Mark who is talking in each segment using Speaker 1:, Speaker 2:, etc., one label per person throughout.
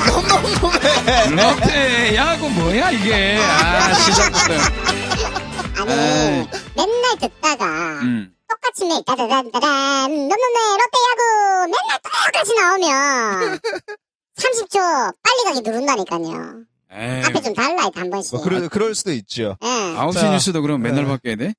Speaker 1: 홈홈홈에
Speaker 2: 롯데 야구 뭐야 이게? 아 시작부터.
Speaker 3: 아니
Speaker 2: 에이.
Speaker 3: 맨날 듣다가
Speaker 2: 음.
Speaker 3: 똑같이 매일 따다다다란 놈놈네 롯데야구 맨날 똑같이 나오면 30초 빨리 가기 누른다니까요.
Speaker 2: 에이,
Speaker 3: 앞에 좀 달라 이한 번씩.
Speaker 1: 뭐 그럴, 그럴 수도 있죠.
Speaker 3: 예.
Speaker 2: 아홉 시
Speaker 1: 자.
Speaker 2: 뉴스도 그럼 맨날
Speaker 1: 네.
Speaker 2: 바뀌어야 돼?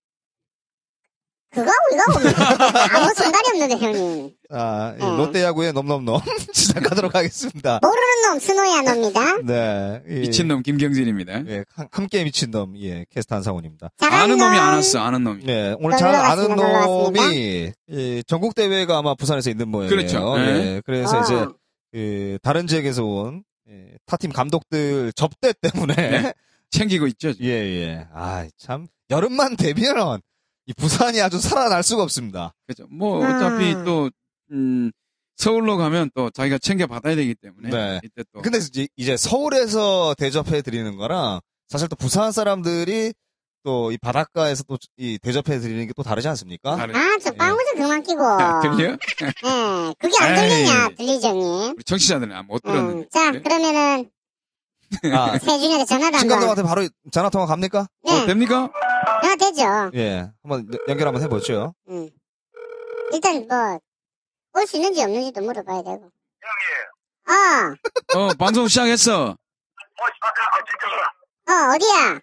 Speaker 3: 그거하고 이거하고 뭐 아무 상관이 없는데 형님.
Speaker 1: 아, 이
Speaker 3: 어.
Speaker 1: 롯데야구의 넘넘넘 시작하도록 하겠습니다.
Speaker 3: 모르는 놈 스노야 놈이다.
Speaker 1: 네. 이-
Speaker 2: 미친놈 김경진입니다.
Speaker 1: 예, 함- 함께 미친놈, 예, 캐스터 한상훈입니다.
Speaker 3: 잘하는
Speaker 2: 아는 놈이 안
Speaker 3: 놈.
Speaker 2: 왔어, 아는 놈이.
Speaker 1: 네, 오늘
Speaker 3: 놀러
Speaker 1: 잘 아는
Speaker 3: 갔습니다, 놀러
Speaker 1: 놈이 이 전국 대회가 아마 부산에서 있는 모양이에요.
Speaker 2: 그렇죠. 네.
Speaker 1: 예, 그래서
Speaker 3: 어.
Speaker 1: 이제 그 다른 지역에서 온 예, 타팀 감독들 접대 때문에
Speaker 2: 네. 챙기고 있죠. 지금.
Speaker 1: 예, 예. 아, 참 여름만 되면 이 부산이 아주 살아날 수가 없습니다.
Speaker 2: 그죠. 뭐 어차피
Speaker 3: 음.
Speaker 2: 또 음, 서울로 가면 또 자기가 챙겨 받아야 되기 때문에
Speaker 1: 네.
Speaker 2: 이때 또
Speaker 1: 근데 이제, 이제 서울에서 대접해 드리는 거랑 사실 또 부산 사람들이 또 이 바닷가에서 또 이 대접해 드리는 게 또 다르지 않습니까?
Speaker 2: 다른-
Speaker 3: 아, 저 빵구 좀 그만 끼고.
Speaker 2: 야, 들려?
Speaker 3: 예. 그게 안
Speaker 2: 아, 에이.
Speaker 3: 들리냐, 들리죠, 형님.
Speaker 2: 우리 청취자들은 아, 못
Speaker 3: 음,
Speaker 2: 들었는데.
Speaker 3: 자,
Speaker 2: 네.
Speaker 3: 그러면은,
Speaker 1: 아,
Speaker 3: 세준이한테 전화도
Speaker 1: 신
Speaker 3: 한번.
Speaker 1: 감독한테 바로 전화 통화 갑니까?
Speaker 3: 네,
Speaker 2: 어, 됩니까?
Speaker 3: 전화 아, 되죠.
Speaker 1: 예, 한번 연- 연결 한번 해보죠.
Speaker 3: 음. 일단 뭐, 올 수 있는지 없는지도 물어봐야 되고. 어,
Speaker 2: 어, 방송 시작했어.
Speaker 4: 어, 아까, 아, 진짜.
Speaker 3: 어, 어디야?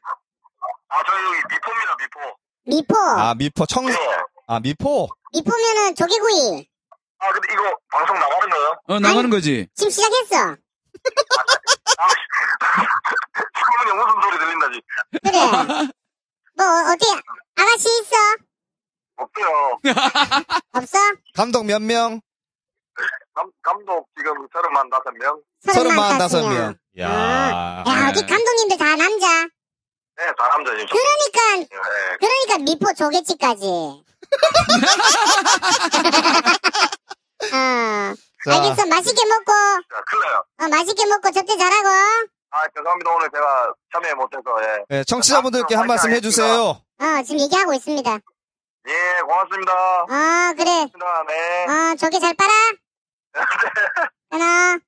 Speaker 4: 아, 저 여기 미포입니다, 미포.
Speaker 3: 미포.
Speaker 1: 아 미포 청,
Speaker 4: 네.
Speaker 1: 아 미포.
Speaker 3: 미포면은 조개구이.
Speaker 4: 아, 근데 이거 방송 나가는 거예요?
Speaker 2: 어, 나가는 거지.
Speaker 3: 지금 시작했어.
Speaker 4: 아, 창문에 무슨 소리 들린다지.
Speaker 3: 그래. 뭐, 어, 어때? 아가씨 있어?
Speaker 4: 없대요.
Speaker 3: 없어?
Speaker 1: 감독 몇 명?
Speaker 4: 감, 감독 지금 35명?
Speaker 3: 서른만
Speaker 1: 다섯
Speaker 3: 땄으면.
Speaker 1: 명. 아. 야,
Speaker 3: 야,
Speaker 2: 네.
Speaker 3: 어디 감독님들 다 남자.
Speaker 4: 네, 다 남자 지금.
Speaker 3: 그러니까,
Speaker 4: 네.
Speaker 3: 그러니까 미포 조개집까지. 어, 알겠어. 맛있게 먹고,
Speaker 4: 자, 큰일 나요.
Speaker 3: 어, 맛있게 먹고 접대 잘하고.
Speaker 4: 아, 죄송합니다. 오늘 제가 참여 못해서, 예.
Speaker 1: 예, 청취자분들께 한 말씀 해주세요.
Speaker 3: 어, 지금 얘기하고 있습니다.
Speaker 4: 예, 고맙습니다.
Speaker 3: 어, 그래.
Speaker 4: 고맙습니다. 네.
Speaker 3: 어, 조개 잘 빨아. 하나,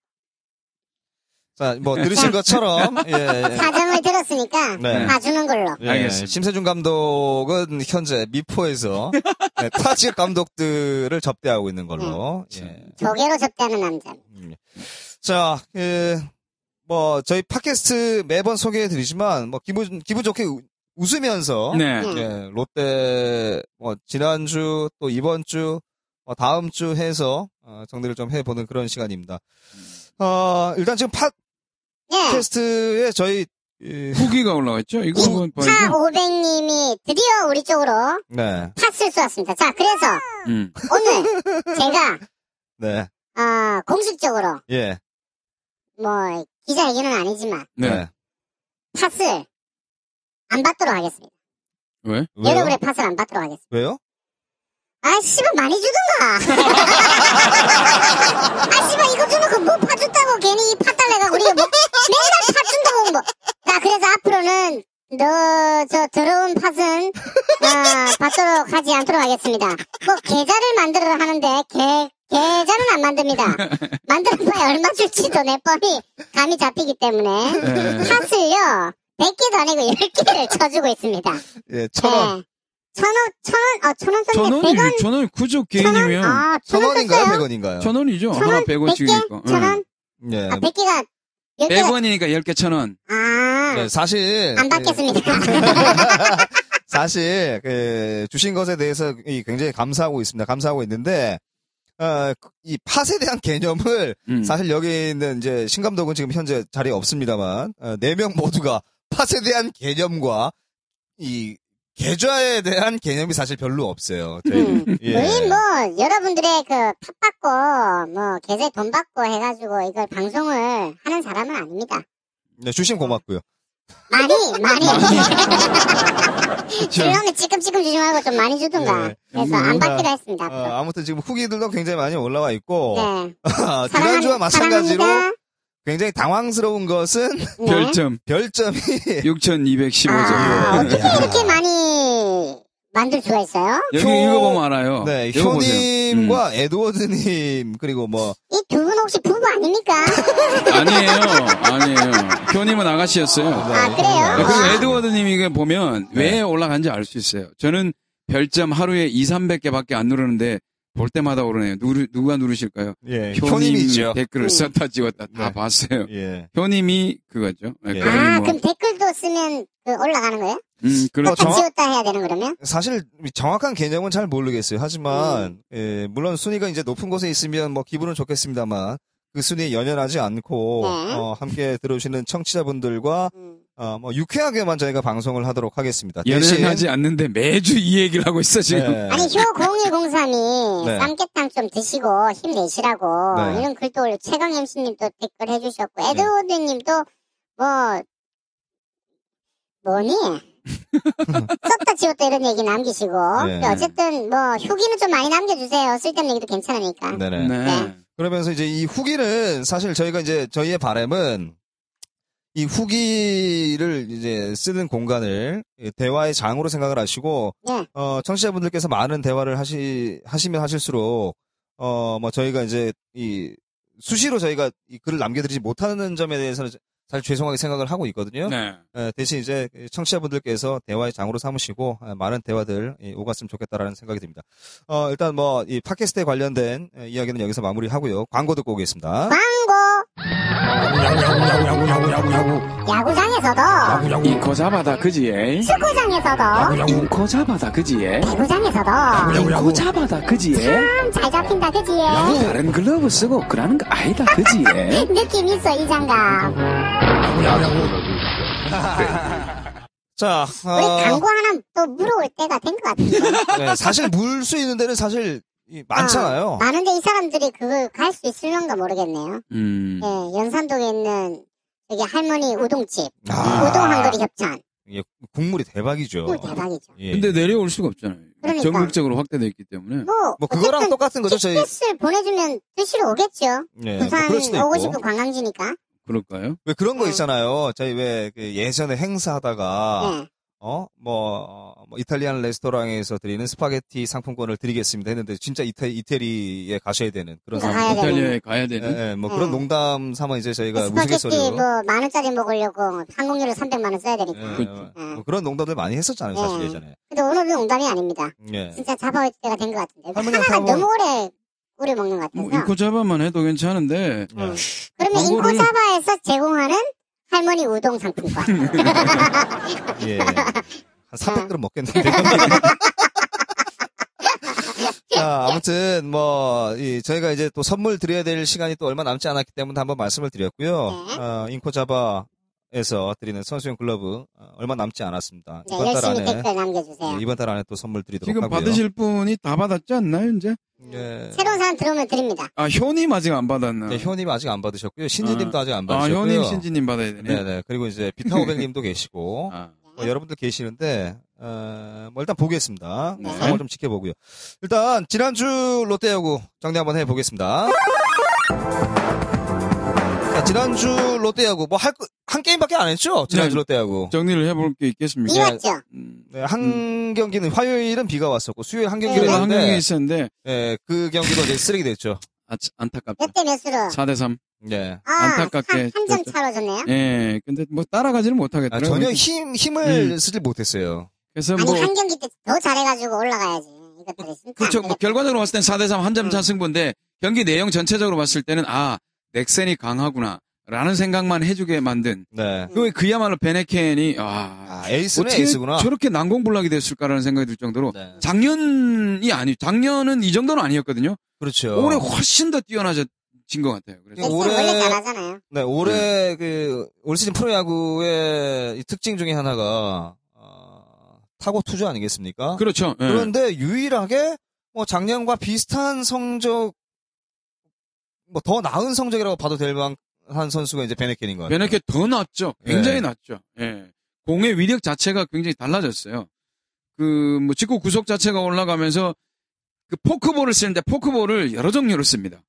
Speaker 1: 자, 뭐
Speaker 3: 네.
Speaker 1: 들으신 것처럼 예, 예.
Speaker 3: 사정을 들었으니까
Speaker 1: 네.
Speaker 3: 봐주는 걸로.
Speaker 1: 예,
Speaker 2: 알겠습니다.
Speaker 1: 심세준 감독은 현재 미포에서 예, 타 지역 감독들을 접대하고 있는
Speaker 2: 음.
Speaker 1: 걸로. 예.
Speaker 3: 조개로 접대하는 남자.
Speaker 1: 음. 자, 예, 뭐 저희 팟캐스트 매번 소개해드리지만 뭐 기분 기분 좋게 우- 웃으면서
Speaker 2: 네.
Speaker 3: 음.
Speaker 1: 예, 롯데 뭐 지난주 또 이번 주 어, 다음 주 해서 어, 정리를 좀 해보는 그런 시간입니다. 어, 일단 지금 네.
Speaker 3: 예.
Speaker 1: 팟캐스트에 저희 이,
Speaker 2: 후기가 올라왔죠? 이거 한번 봐야죠.
Speaker 3: 차500님이 드디어 우리 쪽으로
Speaker 1: 네,
Speaker 3: 팥을 쏘았습니다. 자, 그래서
Speaker 2: 음.
Speaker 3: 오늘 제가,
Speaker 1: 네,
Speaker 3: 어, 공식적으로,
Speaker 1: 예,
Speaker 3: 뭐, 기자 얘기는 아니지만,
Speaker 2: 네.
Speaker 3: 팥을 안 받도록 하겠습니다.
Speaker 2: 왜?
Speaker 1: 왜요?
Speaker 3: 여러분의 팥을 안 받도록 하겠습니다.
Speaker 1: 왜요?
Speaker 3: 아, 씨발, 많이 주던가. 아, 씨발, 이거 주는 거뭐 파준다고 괜히 파달래가 우리가 뭐, 맨날 파준다고 뭐. 나 그래서 앞으로는, 너, 저 더러운 팥은, 어, 받도록 하지 않도록 하겠습니다. 뭐, 계좌를 만들어 하는데, 계, 계좌는 안 만듭니다. 만들어봐야 얼마 줄지도 내 뻔히 감이 잡히기 때문에,
Speaker 2: 네.
Speaker 3: 팥을요, 100개도 아니고 10개를 쳐주고 있습니다.
Speaker 1: 예, 천 원,
Speaker 3: 네. 천 원, 천 원, 어, 천 원 썼는데,
Speaker 2: 천원이,
Speaker 3: 100원
Speaker 2: 천원이 구조 개인이면
Speaker 3: 아,
Speaker 1: 천
Speaker 3: 천원
Speaker 1: 원인가요, 어,
Speaker 3: 썼어요?
Speaker 1: 백 원인가요?
Speaker 2: 천원이죠.
Speaker 3: 천
Speaker 2: 하나
Speaker 3: 원?
Speaker 2: 100원씩이니까.
Speaker 3: 천 원?
Speaker 1: 예,
Speaker 3: 아, 100개가 10개가
Speaker 2: 100원이니까 10개 천원.
Speaker 3: 아,
Speaker 1: 네, 사실
Speaker 3: 안
Speaker 1: 예,
Speaker 3: 받겠습니다.
Speaker 1: 사실 그 주신 것에 대해서 이 굉장히 감사하고 있습니다. 감사하고 있는데 어, 이 팟에 대한 개념을
Speaker 2: 음.
Speaker 1: 사실 여기 있는 이제 신 감독은 지금 현재 자리에 없습니다만 네 명 모두가 팟에 대한 개념과 이 계좌에 대한 개념이 사실 별로 없어요. 저희는.
Speaker 3: 음.
Speaker 1: 예.
Speaker 3: 우리 뭐 여러분들의 그 팝 받고 뭐 계좌에 돈 받고 해가지고 이걸 방송을 하는 사람은 아닙니다.
Speaker 1: 네, 주심 고맙고요.
Speaker 3: 많이 많이
Speaker 1: 아,
Speaker 2: 그쵸.
Speaker 3: 주려면 찔끔찔끔 주지 말고 좀 많이 주든가
Speaker 1: 예.
Speaker 3: 그래서 안
Speaker 2: 음,
Speaker 3: 받기로 했습니다.
Speaker 1: 어,
Speaker 3: 앞으로.
Speaker 1: 아무튼 지금 후기들도 굉장히 많이 올라와 있고
Speaker 3: 네,
Speaker 1: 아, 지난주와
Speaker 3: 사랑합-
Speaker 1: 마찬가지로
Speaker 3: 사랑합니다.
Speaker 1: 굉장히 당황스러운 것은
Speaker 3: 네.
Speaker 2: 별점
Speaker 1: 별점이 예.
Speaker 2: 6215점.
Speaker 3: 아, 어떻게
Speaker 1: 야.
Speaker 3: 이렇게 많이 만들 수가 있어요.
Speaker 2: 여기
Speaker 1: 효-
Speaker 2: 읽어보면 알아요.
Speaker 1: 네,
Speaker 2: 이거 보세요. 음.
Speaker 1: 효님과 에드워드님 그리고 뭐
Speaker 3: 이 두 분 혹시 부부 아닙니까?
Speaker 2: 음. 아니에요, 아니에요. 효님은 아가씨였어요.
Speaker 3: 아,
Speaker 2: 네,
Speaker 3: 그래요?
Speaker 2: 그리고 에드워드님 이게 보면
Speaker 1: 네.
Speaker 2: 왜 올라간지 알 수 있어요. 저는 별점 하루에 2, 300개밖에 안 누르는데 볼 때마다 오르네요. 누르, 누가 누르실까요?
Speaker 1: 예,
Speaker 2: 효님
Speaker 1: 효님이죠.
Speaker 3: 음.
Speaker 2: 댓글을 썼다 찍었다 다
Speaker 1: 네.
Speaker 2: 봤어요.
Speaker 1: 예.
Speaker 2: 효님이 그거죠. 네,
Speaker 1: 예.
Speaker 2: 그러니
Speaker 3: 아,
Speaker 2: 뭐,
Speaker 3: 그럼 댓글도 쓰면 그 올라가는 거예요?
Speaker 2: 음, 그렇죠.
Speaker 1: 어,
Speaker 3: 다
Speaker 1: 저- 정확-
Speaker 3: 지웠다 해야 되는 그러면?
Speaker 1: 사실 정확한 개념은 잘 모르겠어요.
Speaker 3: 음.
Speaker 1: 하지만 예, 물론 순위가 이제 높은 곳에 있으면 뭐 기분은 좋겠습니다만 그 순위에 연연하지 않고
Speaker 3: 네.
Speaker 1: 어, 함께 들어오시는 청취자분들과
Speaker 3: 음.
Speaker 1: 어, 뭐 유쾌하게만 저희가 방송을 하도록 하겠습니다. 아, 대신
Speaker 2: 연연하지 않는데 매주 이 얘기를 하고 있어 지금.
Speaker 1: 네.
Speaker 3: 아니 효0103이
Speaker 1: 네.
Speaker 3: 쌈깨탕 좀 드시고 힘내시라고
Speaker 1: 네.
Speaker 3: 이런 글도 올려 최강 MC님도 댓글 해주셨고 에드워드님도 뭐 뭐니 썼다 지웠다 이런 얘기 남기시고
Speaker 1: 네.
Speaker 3: 근데 어쨌든 뭐 후기는 좀 많이 남겨주세요 쓸데없는 얘기도 괜찮으니까
Speaker 1: 네네.
Speaker 2: 네.
Speaker 1: 그러면서 이제 이 후기는 사실 저희가 이제 저희의 바람은 이 후기를 이제 쓰는 공간을 이 대화의 장으로 생각을 하시고
Speaker 3: 네.
Speaker 1: 어 청취자분들께서 많은 대화를 하시 하시면 하실수록 어 뭐 저희가 이제 이 수시로 저희가 이 글을 남겨드리지 못하는 점에 대해서는 사실 죄송하게 생각을 하고 있거든요.
Speaker 2: 네.
Speaker 1: 에, 대신 이제 청취자분들께서 대화의 장으로 삼으시고 아, 많은 대화들 예, 오갔으면 좋겠다라는 생각이 듭니다. 어, 일단 뭐 이 팟캐스트에 관련된 에, 이야기는 여기서 마무리하고요. 광고 듣고 오겠습니다.
Speaker 3: 광고 야구장에서도
Speaker 2: 이코 잡아다 그지에.
Speaker 3: 축구장에서도
Speaker 2: 이코 잡아다 그지에.
Speaker 3: 배구장에서도
Speaker 2: 이코 잡아다 그지에.
Speaker 3: 참 잘 잡힌다 그지예
Speaker 2: 다른 글러브 쓰고 그러는 거 아니다 그지에.
Speaker 3: 느낌 있어 이 장갑
Speaker 1: 자,
Speaker 3: 우리
Speaker 1: 어,
Speaker 3: 광고 하나 또 물어올 때가 된 것 같은데.
Speaker 1: 네, 사실 물 수 있는 데는 사실 이 많잖아요.
Speaker 3: 어, 많은데 이 사람들이 그걸 갈 수 있을런가 모르겠네요.
Speaker 2: 음.
Speaker 3: 예, 연산동에 있는 여기 할머니 우동집.
Speaker 1: 아.
Speaker 3: 우동 한거리 협찬.
Speaker 1: 이게 국물이 대박이죠.
Speaker 3: 꿀 대박이죠.
Speaker 1: 예.
Speaker 2: 근데 내려올 수가 없잖아요.
Speaker 3: 그러니까.
Speaker 2: 전국적으로 확대돼 있기 때문에.
Speaker 3: 뭐,
Speaker 1: 뭐 그거랑
Speaker 3: 어쨌든
Speaker 1: 똑같은 거죠. 저희
Speaker 3: 티켓을 보내주면 드시러 오겠죠.
Speaker 1: 예, 뭐
Speaker 3: 부산
Speaker 1: 그럴 수도
Speaker 3: 오고
Speaker 1: 있고.
Speaker 3: 싶은 관광지니까.
Speaker 2: 그럴까요?
Speaker 1: 왜 그런 거
Speaker 3: 네.
Speaker 1: 있잖아요. 저희 왜그 예전에 행사하다가
Speaker 3: 예.
Speaker 1: 어, 뭐, 어, 뭐 이탈리안 레스토랑에서 드리는 스파게티 상품권을 드리겠습니다 했는데 진짜 이태, 이태리에 가셔야 되는 그런
Speaker 3: 그러니까
Speaker 1: 상황.
Speaker 3: 가야 되는.
Speaker 2: 이탈리아에 가야 되는.
Speaker 1: 예, 예, 뭐 그런
Speaker 3: 음.
Speaker 1: 농담 삼아 이제 저희가
Speaker 3: 스파게티
Speaker 1: 우스갯소리로
Speaker 3: 뭐 만 원짜리 먹으려고 항공료로 300만 원 써야 되니까.
Speaker 1: 예,
Speaker 2: 그치.
Speaker 1: 뭐
Speaker 3: 음.
Speaker 1: 그런 농담들 많이 했었잖아요 사실
Speaker 3: 네.
Speaker 1: 예전에.
Speaker 3: 근데 오늘은 농담이 아닙니다.
Speaker 1: 예.
Speaker 3: 진짜 잡아올 때가 된 것 같은데.
Speaker 1: 할머니
Speaker 3: 하나가
Speaker 1: 잡아.
Speaker 3: 너무 오래 꿀을 먹는 것
Speaker 2: 뭐
Speaker 3: 같아서.
Speaker 2: 이코 잡아만 해도 괜찮은데.
Speaker 3: 음.
Speaker 1: 예.
Speaker 3: 그러면
Speaker 2: 광고를-
Speaker 3: 인코사바에서 제공하는 할머니 우동 상품권.
Speaker 1: 예. 한
Speaker 3: 어.
Speaker 1: 300g 먹겠는데요. 자, 아무튼 뭐 이, 저희가 이제 또 선물 드려야 될 시간이 또 얼마 남지 않았기 때문에 한번 말씀을 드렸고요.
Speaker 3: 네.
Speaker 1: 어, 인코자바에서 드리는 선수용 글러브 어, 얼마 남지 않았습니다.
Speaker 3: 네,
Speaker 1: 이번 달
Speaker 3: 열심히
Speaker 1: 안에
Speaker 3: 댓글 남겨주세요.
Speaker 2: 네,
Speaker 1: 예, 이번 달 안에 또 선물 드리도록
Speaker 2: 지금
Speaker 1: 하고요.
Speaker 2: 받으실 분이 다 받았지 않나요, 이제?
Speaker 1: 예.
Speaker 3: 새로운 사람 들어오면 드립니다.
Speaker 2: 아, 효님 아직 안 받았나?
Speaker 1: 네, 효님 아직 안 받으셨고요. 신지님도 아직 안
Speaker 2: 아,
Speaker 1: 받으셨고요.
Speaker 2: 효님, 신지님 받아야 되네.
Speaker 1: 네네. 그리고 이제 비타오백님도 계시고
Speaker 2: 아,
Speaker 1: 뭐 여러분들 계시는데 어, 뭐 일단 보겠습니다.
Speaker 2: 네.
Speaker 1: 상황을 좀 지켜보고요. 일단 지난주 롯데야구 정리 한번 해보겠습니다. 자, 지난주 롯데야구 뭐 할 한 게임밖에 안 했죠?
Speaker 2: 네.
Speaker 1: 지난주 롯데야구.
Speaker 2: 정리를 해볼 게 있겠습니까?
Speaker 3: 비 왔죠?
Speaker 2: 음,
Speaker 1: 네, 한 경기는 화요일은 비가 왔었고 수요일 한
Speaker 3: 네.
Speaker 1: 경기를
Speaker 2: 그래도 한 경기
Speaker 1: 했는데
Speaker 2: 있었는데,
Speaker 1: 예, 그 경기도 이제 쓰레기 됐죠.
Speaker 2: 아, 참, 안타깝다.
Speaker 1: 네.
Speaker 3: 몇 대 몇으로?
Speaker 2: 사 대 삼.
Speaker 1: 예.
Speaker 3: 아,
Speaker 2: 안타깝게 그렇죠.
Speaker 3: 한 점
Speaker 2: 됐죠.
Speaker 3: 차로 졌네요.
Speaker 2: 예, 근데 뭐 따라가지는
Speaker 1: 아,
Speaker 2: 못하겠더라고요.
Speaker 1: 전혀 힘 힘을
Speaker 2: 음.
Speaker 1: 쓰질 못했어요.
Speaker 2: 그래서 뭐,
Speaker 3: 아니 한 경기 때 더 잘해가지고 올라가야지. 이것들이 진짜.
Speaker 2: 그쵸,
Speaker 3: 안
Speaker 2: 뭐
Speaker 3: 되겠다.
Speaker 2: 결과적으로 봤을 땐 4대3 한 점 차
Speaker 3: 음.
Speaker 2: 승부인데, 경기 내용 전체적으로 봤을 때는, 아, 넥센이 강하구나. 라는 생각만 해주게 만든.
Speaker 1: 네.
Speaker 2: 그, 그야말로 베네켄이, 아.
Speaker 1: 아, 에이스네
Speaker 2: 어떻게
Speaker 1: 에이스구나.
Speaker 2: 저렇게 난공불락이 됐을까라는 생각이 들 정도로.
Speaker 1: 네.
Speaker 2: 작년이 아니, 작년은 이 정도는 아니었거든요.
Speaker 1: 그렇죠.
Speaker 2: 올해 훨씬 더 뛰어나진 것 같아요. 그래서
Speaker 3: 넥슨
Speaker 1: 올해-
Speaker 3: 네, 원래 잘하잖아요.
Speaker 1: 네, 올해 그 올 시즌 프로야구의 이 특징 중에 하나가 어, 타고 투수 아니겠습니까?
Speaker 2: 그렇죠. 예.
Speaker 1: 네. 그런데 유일하게 뭐 작년과 비슷한 성적 뭐 더 나은 성적이라고 봐도 될 만한 선수가 이제 베네켄인 것 같아요.
Speaker 2: 베네케 더 낫죠. 굉장히
Speaker 1: 예.
Speaker 2: 낫죠. 예. 공의 위력 자체가 굉장히 달라졌어요. 그, 뭐, 직구 구속 자체가 올라가면서 그 포크볼을 쓰는데 포크볼을 여러 종류로 씁니다.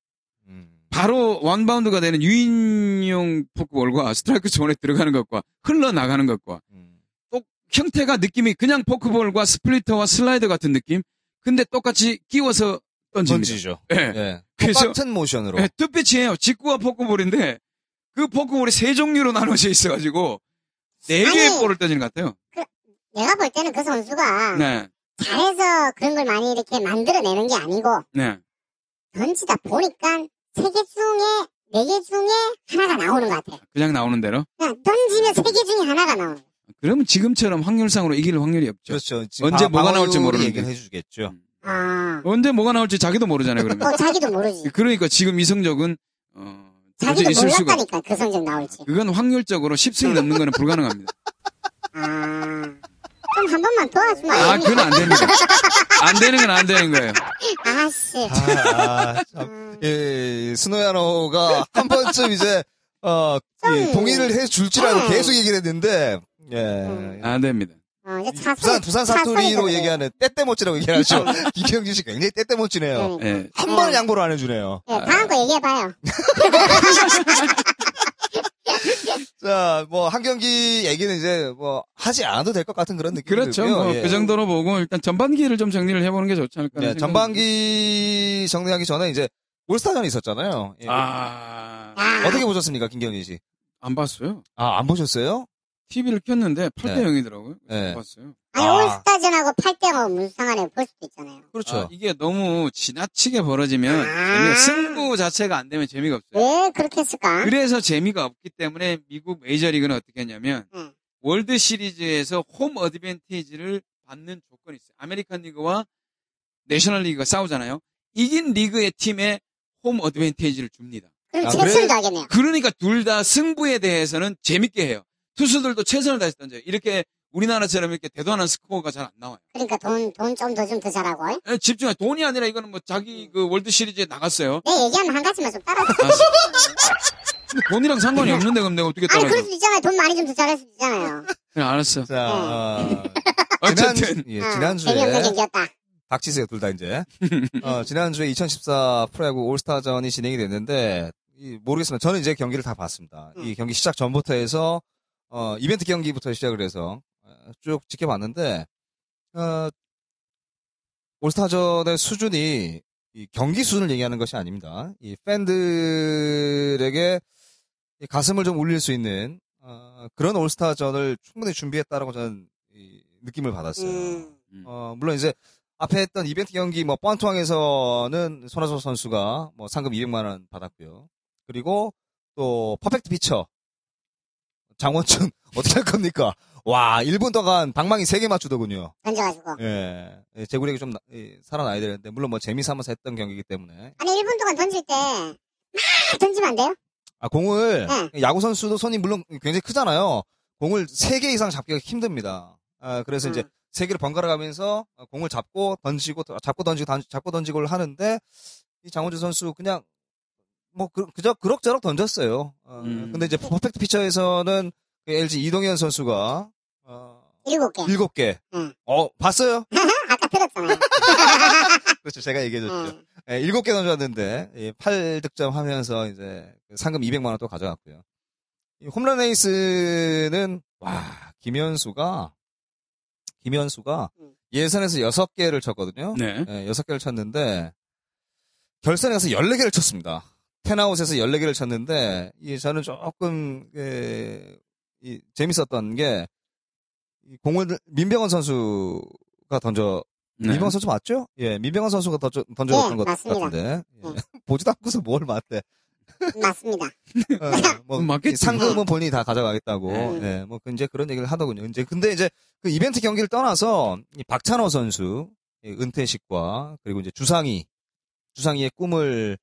Speaker 1: 음.
Speaker 2: 바로 원바운드가 되는 유인용 포크볼과 스트라이크 존에 들어가는 것과 흘러나가는 것과
Speaker 1: 음.
Speaker 2: 형태가 느낌이 그냥 포크볼과 스플리터와 슬라이더 같은 느낌. 근데 똑같이 끼워서 던집니다.
Speaker 1: 던지죠.
Speaker 2: 예.
Speaker 1: 예.
Speaker 2: 그래서
Speaker 1: 똑같은 모션으로.
Speaker 2: 예, 뜻빛이에요. 직구와 포크볼인데 그 포크볼이 세 종류로 나눠져 있어가지고 네 개의
Speaker 3: 아니.
Speaker 2: 볼을 던지는 것 같아요.
Speaker 3: 내가 볼 때는 그 선수가
Speaker 2: 네,
Speaker 3: 잘해서 그런 걸 많이 이렇게 만들어내는 게 아니고
Speaker 2: 네.
Speaker 3: 던지다 보니까 세 개 중에 네 개 중에 하나가 나오는 것 같아.
Speaker 2: 그냥 나오는 대로.
Speaker 3: 그냥 던지면 세 개 중에 하나가 나오는 거야.
Speaker 2: 그러면 지금처럼 확률상으로 이길 확률이 없죠.
Speaker 1: 그렇죠. 지금
Speaker 2: 언제
Speaker 1: 바-
Speaker 2: 뭐가
Speaker 1: 방어율이
Speaker 2: 나올지 모르는데. 음.
Speaker 1: 얘기를 해주겠죠.
Speaker 3: 아,
Speaker 2: 언제 뭐가 나올지 자기도 모르잖아요. 그러면.
Speaker 3: 어, 자기도 모르지.
Speaker 2: 그러니까 지금 이 성적은 어,
Speaker 3: 자기도
Speaker 2: 도저히
Speaker 3: 몰랐다니까 그 성적 나올지.
Speaker 2: 그건 확률적으로 10승이 넘는 거는 불가능합니다.
Speaker 3: 아, 좀 한 번만 도와주면
Speaker 2: 아,
Speaker 3: 안 됩니까?
Speaker 2: 그건 안 됩니다. 안 되는 건 안 되는 거예요.
Speaker 3: 아씨.
Speaker 1: 아, 아, 참.
Speaker 3: 음,
Speaker 1: 예, 스노야노가 한 번쯤 이제 어, 예,
Speaker 3: 좀-
Speaker 1: 동의를 해줄 줄 알고
Speaker 3: 음.
Speaker 1: 계속 얘기를 했는데 예.
Speaker 3: 음.
Speaker 2: 아, 안 됩니다.
Speaker 3: 어, 이제 차
Speaker 1: 부산
Speaker 3: 소리-
Speaker 1: 부산
Speaker 3: 차 소리가
Speaker 1: 사투리로
Speaker 3: 그래요.
Speaker 1: 얘기하는 떼떼모찌라고 얘기하죠. 이경진 씨 굉장히 떼떼모찌네요.
Speaker 3: 그러니까.
Speaker 2: 예.
Speaker 1: 한 번은
Speaker 3: 음.
Speaker 1: 양보를 안 해주네요.
Speaker 3: 예, 다음 거 얘기해봐요.
Speaker 1: 자, 뭐, 한 경기 얘기는 이제, 뭐, 하지 않아도 될 것 같은 그런 느낌이
Speaker 2: 그렇죠.
Speaker 1: 들고요.
Speaker 2: 뭐
Speaker 1: 예.
Speaker 2: 그 정도로 보고 일단 전반기를 좀 정리를 해보는 게 좋지 않을까.
Speaker 1: 예,
Speaker 2: 하는 생각이-
Speaker 1: 전반기 정리하기 전에 이제, 올스타전이 있었잖아요. 예.
Speaker 2: 아,
Speaker 3: 야,
Speaker 1: 어떻게 보셨습니까, 김경진 씨?
Speaker 2: 안 봤어요.
Speaker 1: 아, 안 보셨어요?
Speaker 2: TV를 켰는데 8대
Speaker 1: 네.
Speaker 2: 0이더라고요.
Speaker 1: 네.
Speaker 2: 안 봤어요.
Speaker 3: 아니,
Speaker 1: 아.
Speaker 3: 올스타전하고 8대하고 무슨 상관이에요? 볼 수도 있잖아요.
Speaker 1: 그렇죠.
Speaker 2: 아, 이게 너무 지나치게 벌어지면
Speaker 3: 아.
Speaker 2: 재미가- 승부 자체가 안 되면 재미가 없어요.
Speaker 1: 네.
Speaker 3: 왜 그렇게 했을까?
Speaker 2: 그래서 재미가 없기 때문에 미국 메이저리그는 어떻게 했냐면
Speaker 3: 응.
Speaker 2: 월드 시리즈에서 홈 어드밴티지를 받는 조건이 있어요. 아메리칸 리그와 내셔널 리그가 싸우잖아요. 이긴 리그의 팀에 홈 어드밴티지를 줍니다.
Speaker 3: 그럼
Speaker 1: 아,
Speaker 3: 최선을
Speaker 1: 그래?
Speaker 3: 다하겠네요.
Speaker 2: 그러니까 둘 다 승부에 대해서는 재밌게 해요. 투수들도 최선을 다해서 던져요. 이렇게 우리나라처럼 이렇게 대단한 스코어가 잘 안 나와요.
Speaker 3: 그러니까 돈 돈 좀 더 좀 더 잘하고. 예?
Speaker 2: 에, 집중해. 돈이 아니라 이거는 뭐 자기
Speaker 1: 음.
Speaker 2: 그 월드 시리즈에 나갔어요.
Speaker 3: 내 얘기하면 한 가지만 좀 따라줘.
Speaker 2: 아, 근데 돈이랑 상관이
Speaker 1: 음.
Speaker 2: 없는데 그럼 내가 어떻게
Speaker 3: 아니 그럴
Speaker 2: 따라줘?
Speaker 3: 수도 있잖아요. 돈 많이 좀 더 잘할 수도 있잖아요.
Speaker 2: 그래, 알았어.
Speaker 1: 자,
Speaker 3: 음.
Speaker 1: 어,
Speaker 2: 어쨌든 嗯
Speaker 1: 지난주, 예,
Speaker 3: 어,
Speaker 1: 지난주에,
Speaker 3: 재미없는 경기였다.
Speaker 1: 닥치세요, 둘 다 이제. 어, 지난주에 2014 프로야구 올스타전이 진행이 됐는데, 이, 모르겠습니다. 저는 이제 경기를 다 봤습니다. 이 경기 시작 전부터 해서, 어, 이벤트 경기부터 시작을 해서, 어, 쭉 지켜봤는데, 어, 올스타전의 수준이, 이 경기 수준을 얘기하는 것이 아닙니다. 이 팬들에게 이 가슴을 좀 울릴 수 있는, 어, 그런 올스타전을 충분히 준비했다라고 저는 이 느낌을 받았어요.
Speaker 3: 음.
Speaker 1: 어, 물론 이제 앞에 했던 이벤트 경기 뭐 뻔투항에서는 손아섭 선수가 뭐 상금 200만 원 받았고요. 그리고 또 퍼펙트 피처 장원준 어떻게 할 겁니까? 와, 1분 동안 방망이 3개 맞추더군요.
Speaker 3: 던져가지고.
Speaker 1: 예. 예, 제구력이 좀 나- 예, 살아나야 되는데 물론 뭐 재미 삼아서 했던 경기이기 때문에
Speaker 3: 아니 1분 동안 던질 때 막 던지면 안 돼요?
Speaker 1: 아, 공을
Speaker 3: 네.
Speaker 1: 야구 선수도 손이 물론 굉장히 크잖아요. 공을 3개 이상 잡기가 힘듭니다. 아, 그래서 이제 세 개를 번갈아 가면서 공을 잡고 던지고 더- 잡고 던지고 던- 잡고 던지고를 하는데 이 장원준 선수 그냥 뭐 그, 저 그럭저럭 던졌어요. 어,
Speaker 2: 음.
Speaker 1: 근데 이제 퍼펙트 피처에서는 그 LG 이동현 선수가 어,
Speaker 3: 7개.
Speaker 1: 일곱 개.
Speaker 3: 음.
Speaker 1: 어 봤어요?
Speaker 2: 음.
Speaker 3: 아까 들었잖아요.
Speaker 1: 그렇죠. 제가 얘기해줬죠.
Speaker 3: 예.
Speaker 1: 예, 일곱 개 던졌는데 예, 8득점 하면서 이제 그 상금 200만 원 또 가져갔고요. 이 홈런 에이스는 와 김현수가 김현수가
Speaker 3: 음.
Speaker 1: 예선에서 여섯 개를 쳤거든요.
Speaker 2: 네.
Speaker 1: 예, 6개를 쳤는데, 결선에 가서 14개를 쳤습니다. 텐아웃에서 14개를 쳤는데, 이 저는 조금, 예, 이 재밌었던 게, 이 공을, 민병헌 선수가 던져,
Speaker 2: 네.
Speaker 1: 민병헌 선수 맞죠? 예, 민병헌 선수가 던져, 던져줬던
Speaker 3: 네,
Speaker 1: 것
Speaker 3: 맞습니다.
Speaker 1: 같은데, 예.
Speaker 3: 네.
Speaker 1: 보지도 않고서 뭘 맞대.
Speaker 3: 음, 맞습니다.
Speaker 1: 어, 뭐
Speaker 2: 음, 맞겠지.
Speaker 1: 이 상금은 본인이 다 가져가겠다고.
Speaker 2: 네.
Speaker 1: 예, 뭐 이제 그런 얘기를 하더군요. 이제 근데 이제 그 이벤트 경기를 떠나서 이 박찬호 선수 예, 은퇴식과 그리고 이제 주상이 주상이의 꿈을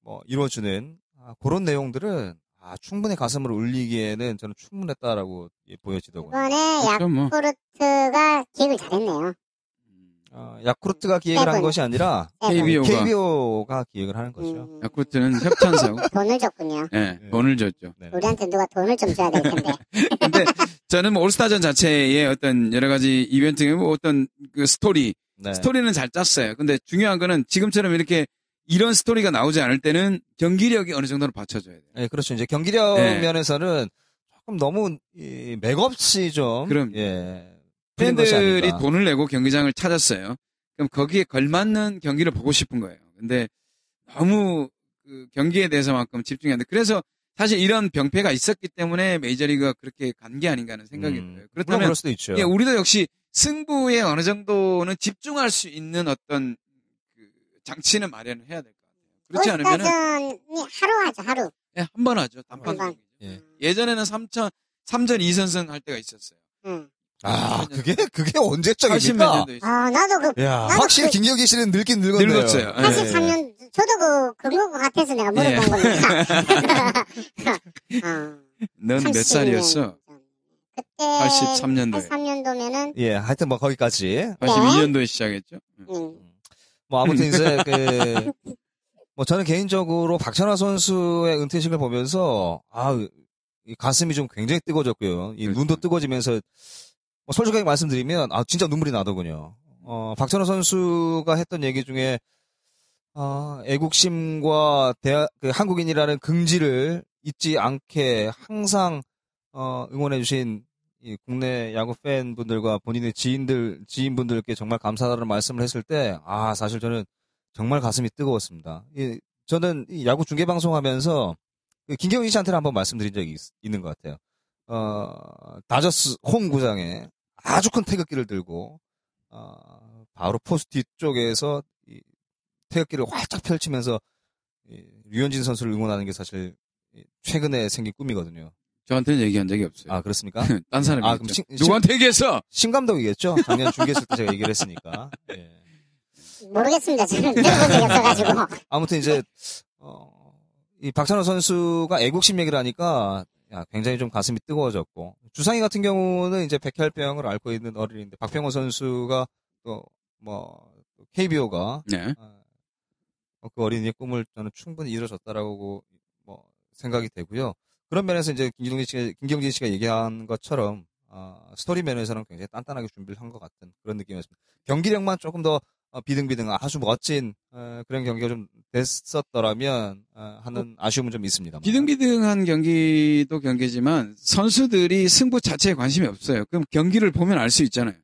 Speaker 1: 뭐 이루어주는 아, 그런 내용들은 아, 충분히 가슴을 울리기에는 저는 충분했다라고 예, 보여지더군요.
Speaker 3: 이번에
Speaker 2: 그럼 뭐.
Speaker 3: 야쿠르트가 기획을 잘했네요.
Speaker 1: 어, 야쿠르트가 기획을 한
Speaker 3: 세븐.
Speaker 1: 것이 아니라
Speaker 2: KBO 가.
Speaker 1: KBO가 기획을 하는 거죠.
Speaker 3: 음,
Speaker 2: 그렇죠. 야쿠르트는 협찬사고
Speaker 3: 돈을 줬군요.
Speaker 2: 예,
Speaker 1: 네.
Speaker 2: 돈을 줬죠.
Speaker 1: 네.
Speaker 3: 우리한테 누가 돈을 좀 줘야 될 텐데.
Speaker 2: 근데 저는 뭐 올스타전 자체의 어떤 여러 가지 이벤트, 뭐 어떤 그 스토리,
Speaker 1: 네.
Speaker 2: 스토리는 잘 짰어요. 근데 중요한 거는 지금처럼 이렇게 이런 스토리가 나오지 않을 때는 경기력이 어느 정도로 받쳐줘야 돼요.
Speaker 1: 예, 그렇죠. 이제 경기력
Speaker 2: 네.
Speaker 1: 면에서는 조금 너무 이, 맥없이 좀
Speaker 2: 그럼요.
Speaker 1: 예, 풀린 것이
Speaker 2: 팬들이
Speaker 1: 아닐까.
Speaker 2: 돈을 내고 경기장을 찾았어요. 그럼 거기에 걸맞는 경기를 보고 싶은 거예요. 근데 너무 그 경기에 대해서만큼 집중이 안 돼. 그래서 사실 이런 병폐가 있었기 때문에 메이저리그가 그렇게 간 게 아닌가 하는 생각이
Speaker 1: 음,
Speaker 2: 들어요.
Speaker 1: 물론
Speaker 2: 그렇다면
Speaker 1: 그럴 수도 있죠.
Speaker 2: 예, 우리도 역시 승부에 어느 정도는 집중할 수 있는 어떤 그 장치는 마련을 해야 될 것 같아요. 그렇지 않으면은 예,
Speaker 3: 올스타전이 하루 하죠, 하루.
Speaker 2: 한 번 하죠. 단판.
Speaker 3: 한 번.
Speaker 1: 예.
Speaker 2: 예전에는 3천 3전 2선승 할 때가 있었어요.
Speaker 3: 응.
Speaker 1: 아,
Speaker 2: 80몇 년-
Speaker 1: 그게
Speaker 2: 80
Speaker 1: 그게
Speaker 2: 몇
Speaker 1: 언제적입니까?
Speaker 2: 년도 있어요.
Speaker 3: 음. 아, 나도 그
Speaker 1: 야,
Speaker 3: 나도
Speaker 1: 확실히
Speaker 3: 그-
Speaker 1: 김경진 씨는 늙긴 늙었네요.
Speaker 2: 늙었어요. 예.
Speaker 3: 83년, 저도 그, 그런 것 같아서 내가 물어본
Speaker 2: 예.
Speaker 3: 겁니다. 어,
Speaker 2: 넌 몇
Speaker 3: 80
Speaker 2: 살이었어?
Speaker 3: 년 전. 그때
Speaker 2: 83년도에.
Speaker 3: 83년도면은
Speaker 1: 예, 하여튼 뭐 거기까지.
Speaker 2: 82년도에 시작했죠. 예.
Speaker 3: 음,
Speaker 1: 뭐 아무튼 이제 그, 뭐 저는 개인적으로 박찬하 선수의 은퇴식을 보면서 아, 이 가슴이 좀 굉장히 뜨거워졌고요. 이
Speaker 2: 그렇죠.
Speaker 1: 눈도 뜨거워지면서 뭐 솔직하게 말씀드리면 아 진짜 눈물이 나더군요. 어, 박찬호 선수가 했던 얘기 중에 아, 애국심과 대하, 그 한국인이라는 긍지를 잊지 않게 항상 어, 응원해주신 이 국내 야구 팬분들과 본인의 지인들 지인분들께 정말 감사하다는 말씀을 했을 때 아 사실 저는 정말 가슴이 뜨거웠습니다. 이, 저는 이 야구 중계 방송하면서 그 김경희 씨한테는 한번 말씀드린 적이 있, 있는 것 같아요. 어, 다저스 홈 구장에 아주 큰 태극기를 들고 어, 바로 포스 뒤쪽에서 이 태극기를 활짝 펼치면서 이 류현진 선수를 응원하는 게 사실 이 최근에 생긴 꿈이거든요.
Speaker 2: 저한테는 얘기한 적이 없어요.
Speaker 1: 아 그렇습니까?
Speaker 2: 딴 사람이
Speaker 1: 아,
Speaker 2: 아,
Speaker 1: 그럼 신- 신-
Speaker 2: 누구한테 얘기했어?
Speaker 1: 신 감독이겠죠. 작년 중계했을 때 제가 얘기를 했으니까. 예.
Speaker 3: 모르겠습니다. 저는 들어본 적이
Speaker 2: 네.
Speaker 3: 없어가지고.
Speaker 1: 아무튼 이제 어, 이 박찬호 선수가 애국심 얘기를 하니까 야, 굉장히 좀 가슴이 뜨거워졌고 주상이 같은 경우는 이제 백혈병을 앓고 있는 어린이인데 박병호 선수가 또 뭐 KBO가
Speaker 2: 네.
Speaker 1: 그 어, 어린이의 꿈을 저는 충분히 이루어졌다라고 뭐 생각이 되고요. 그런 면에서 이제 김경진 씨가, 김경진 씨가 얘기한 것처럼 아, 스토리 면에서는 굉장히 단단하게 준비를 한 것 같은 그런 느낌이었습니다. 경기력만 조금 더 어, 비등비등 아주 멋진 어, 그런 경기가 좀 됐었더라면 어, 하는 아쉬움은 좀 있습니다.
Speaker 2: 비등비등한 경기도 경기지만 선수들이 승부 자체에 관심이 없어요. 그럼 경기를 보면 알 수 있잖아요.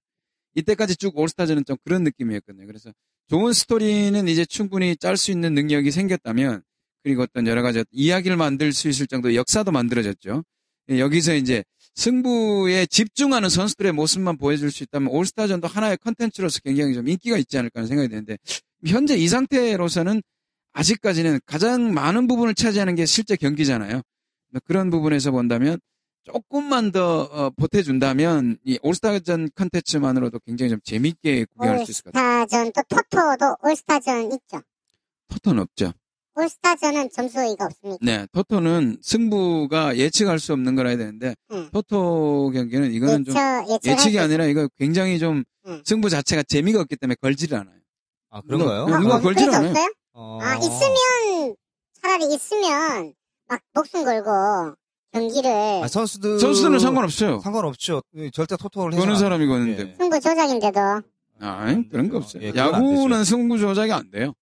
Speaker 2: 이때까지 쭉 올스타전은 좀 그런 느낌이었거든요. 그래서 좋은 스토리는 이제 충분히 짤 수 있는 능력이 생겼다면 그리고 어떤 여러 가지 이야기를 만들 수 있을 정도 의 역사도 만들어졌죠. 예, 여기서 이제 승부에 집중하는 선수들의 모습만 보여줄 수 있다면 올스타전도 하나의 컨텐츠로서 굉장히 좀 인기가 있지 않을까 하는 생각이 드는데 현재 이 상태로서는 아직까지는 가장 많은 부분을 차지하는 게 실제 경기잖아요. 그런 부분에서 본다면 조금만 더 어, 보태준다면 이 올스타전 컨텐츠만으로도 굉장히 좀 재밌게 구경할 수 있을 것 같아요.
Speaker 3: 올스타전, 또 토토도 올스타전 있죠.
Speaker 2: 토토는 없죠.
Speaker 3: 올스타전은 점수가 없습니다.
Speaker 2: 네, 토토는 승부가 예측할 수 없는 거라 해야 되는데
Speaker 3: 응.
Speaker 2: 토토 경기는
Speaker 3: 뭐
Speaker 2: 이거는 좀
Speaker 3: 네, 예측, 그, 예측.
Speaker 2: 예측이 아니라 이거 굉장히 좀
Speaker 3: 응.
Speaker 2: 승부 자체가 재미가 없기 때문에 걸지를 않아요.
Speaker 1: 아 그런가요?
Speaker 2: 아, 누가 걸지를
Speaker 3: 그래서
Speaker 2: 않아요.
Speaker 3: 없어요?
Speaker 1: 어.
Speaker 3: 아, 있으면, 차라리 있으면, 막, 목숨 걸고, 경기를,
Speaker 1: 아, 선수들
Speaker 2: 선수들은 상관없어요.
Speaker 1: 상관없죠. 이 절대 토토를 해서
Speaker 2: 거는 사람이 거는데.
Speaker 1: 예.
Speaker 3: 승부 조작인데도,
Speaker 2: 아, 그런 거 없어요.
Speaker 1: 예, 그건 안
Speaker 2: 야구는 승부 조작이 안 돼요.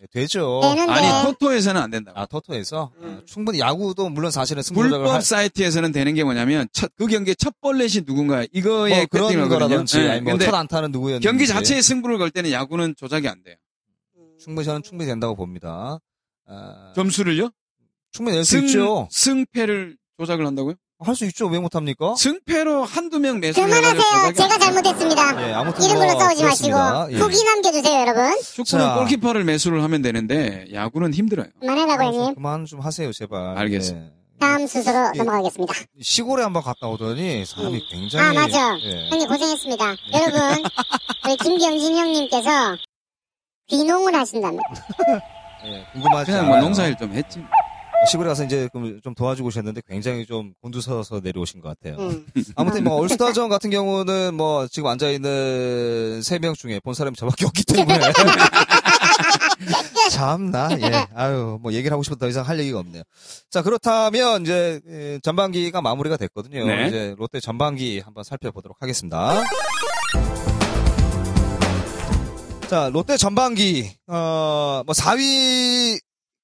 Speaker 1: 네, 되죠. 되죠.
Speaker 3: 되는데,
Speaker 2: 아니 토토에서는 안 된다고.
Speaker 1: 아 토토에서
Speaker 3: 음.
Speaker 1: 아, 충분히 야구도 물론 사실은 승부작을
Speaker 2: 불법 사이트에서는 되는 게 뭐냐면 첫, 그 경기의 첫 볼넷이 누군가 이거에
Speaker 1: 뭐 그런
Speaker 2: 배팅을 하거든요.
Speaker 1: 거라든지
Speaker 2: 예,
Speaker 1: 아니면 뭐
Speaker 2: 근데
Speaker 1: 첫 안타는 누구였는지
Speaker 2: 경기 자체의 승부를 걸 때는 야구는 조작이 안 돼요.
Speaker 1: 충분히 저는 충분히 된다고 봅니다. 아,
Speaker 2: 점수를요?
Speaker 1: 충분히 낼 수
Speaker 2: 승,
Speaker 1: 아, 있죠.
Speaker 2: 승패를 조작을 한다고요?
Speaker 1: 할 수 있죠. 왜 못합니까?
Speaker 2: 승패로 한두 명 매수를
Speaker 3: 그만하세요. 제가 잘못했습니다.
Speaker 1: 예, 아무튼
Speaker 3: 이름으로
Speaker 1: 뭐
Speaker 3: 싸우지 마시고,
Speaker 1: 그렇습니다. 예.
Speaker 3: 후기 남겨주세요, 여러분.
Speaker 2: 축구는
Speaker 1: 자.
Speaker 2: 골키퍼를 매수를 하면 되는데 야구는 힘들어요.
Speaker 3: 그만하라고,
Speaker 1: 아, 좀
Speaker 3: 형님.
Speaker 1: 그만 좀 하세요, 제발.
Speaker 2: 알겠습니다.
Speaker 1: 예.
Speaker 3: 다음 순서로
Speaker 1: 예.
Speaker 3: 넘어가겠습니다.
Speaker 1: 시골에 한번 갔다 오더니 사람이
Speaker 3: 음.
Speaker 1: 굉장히
Speaker 3: 아, 맞아.
Speaker 1: 예.
Speaker 3: 형님 고생했습니다. 여러분, 우리 김경진 형님께서 귀농을 하신답니다.
Speaker 1: 예, 궁금하지
Speaker 2: 그냥
Speaker 1: 않아요.
Speaker 2: 뭐 농사일 좀 했지.
Speaker 1: 시골에 가서 이제 좀- 좀 도와주고 오셨는데 굉장히 좀 곤두서서 내려오신 것 같아요.
Speaker 3: 음.
Speaker 1: 아무튼 뭐 올스타전 같은 경우는 뭐 지금 앉아 있는 세 명 중에 본 사람이 저밖에 없기 때문에 참나 예 아유 뭐 얘기를 하고 싶어 더 이상 할 얘기가 없네요. 자 그렇다면 이제 예, 전반기가 마무리가 됐거든요.
Speaker 2: 네.
Speaker 1: 이제 롯데 전반기 한번 살펴보도록 하겠습니다. 자 롯데 전반기 어뭐 4위가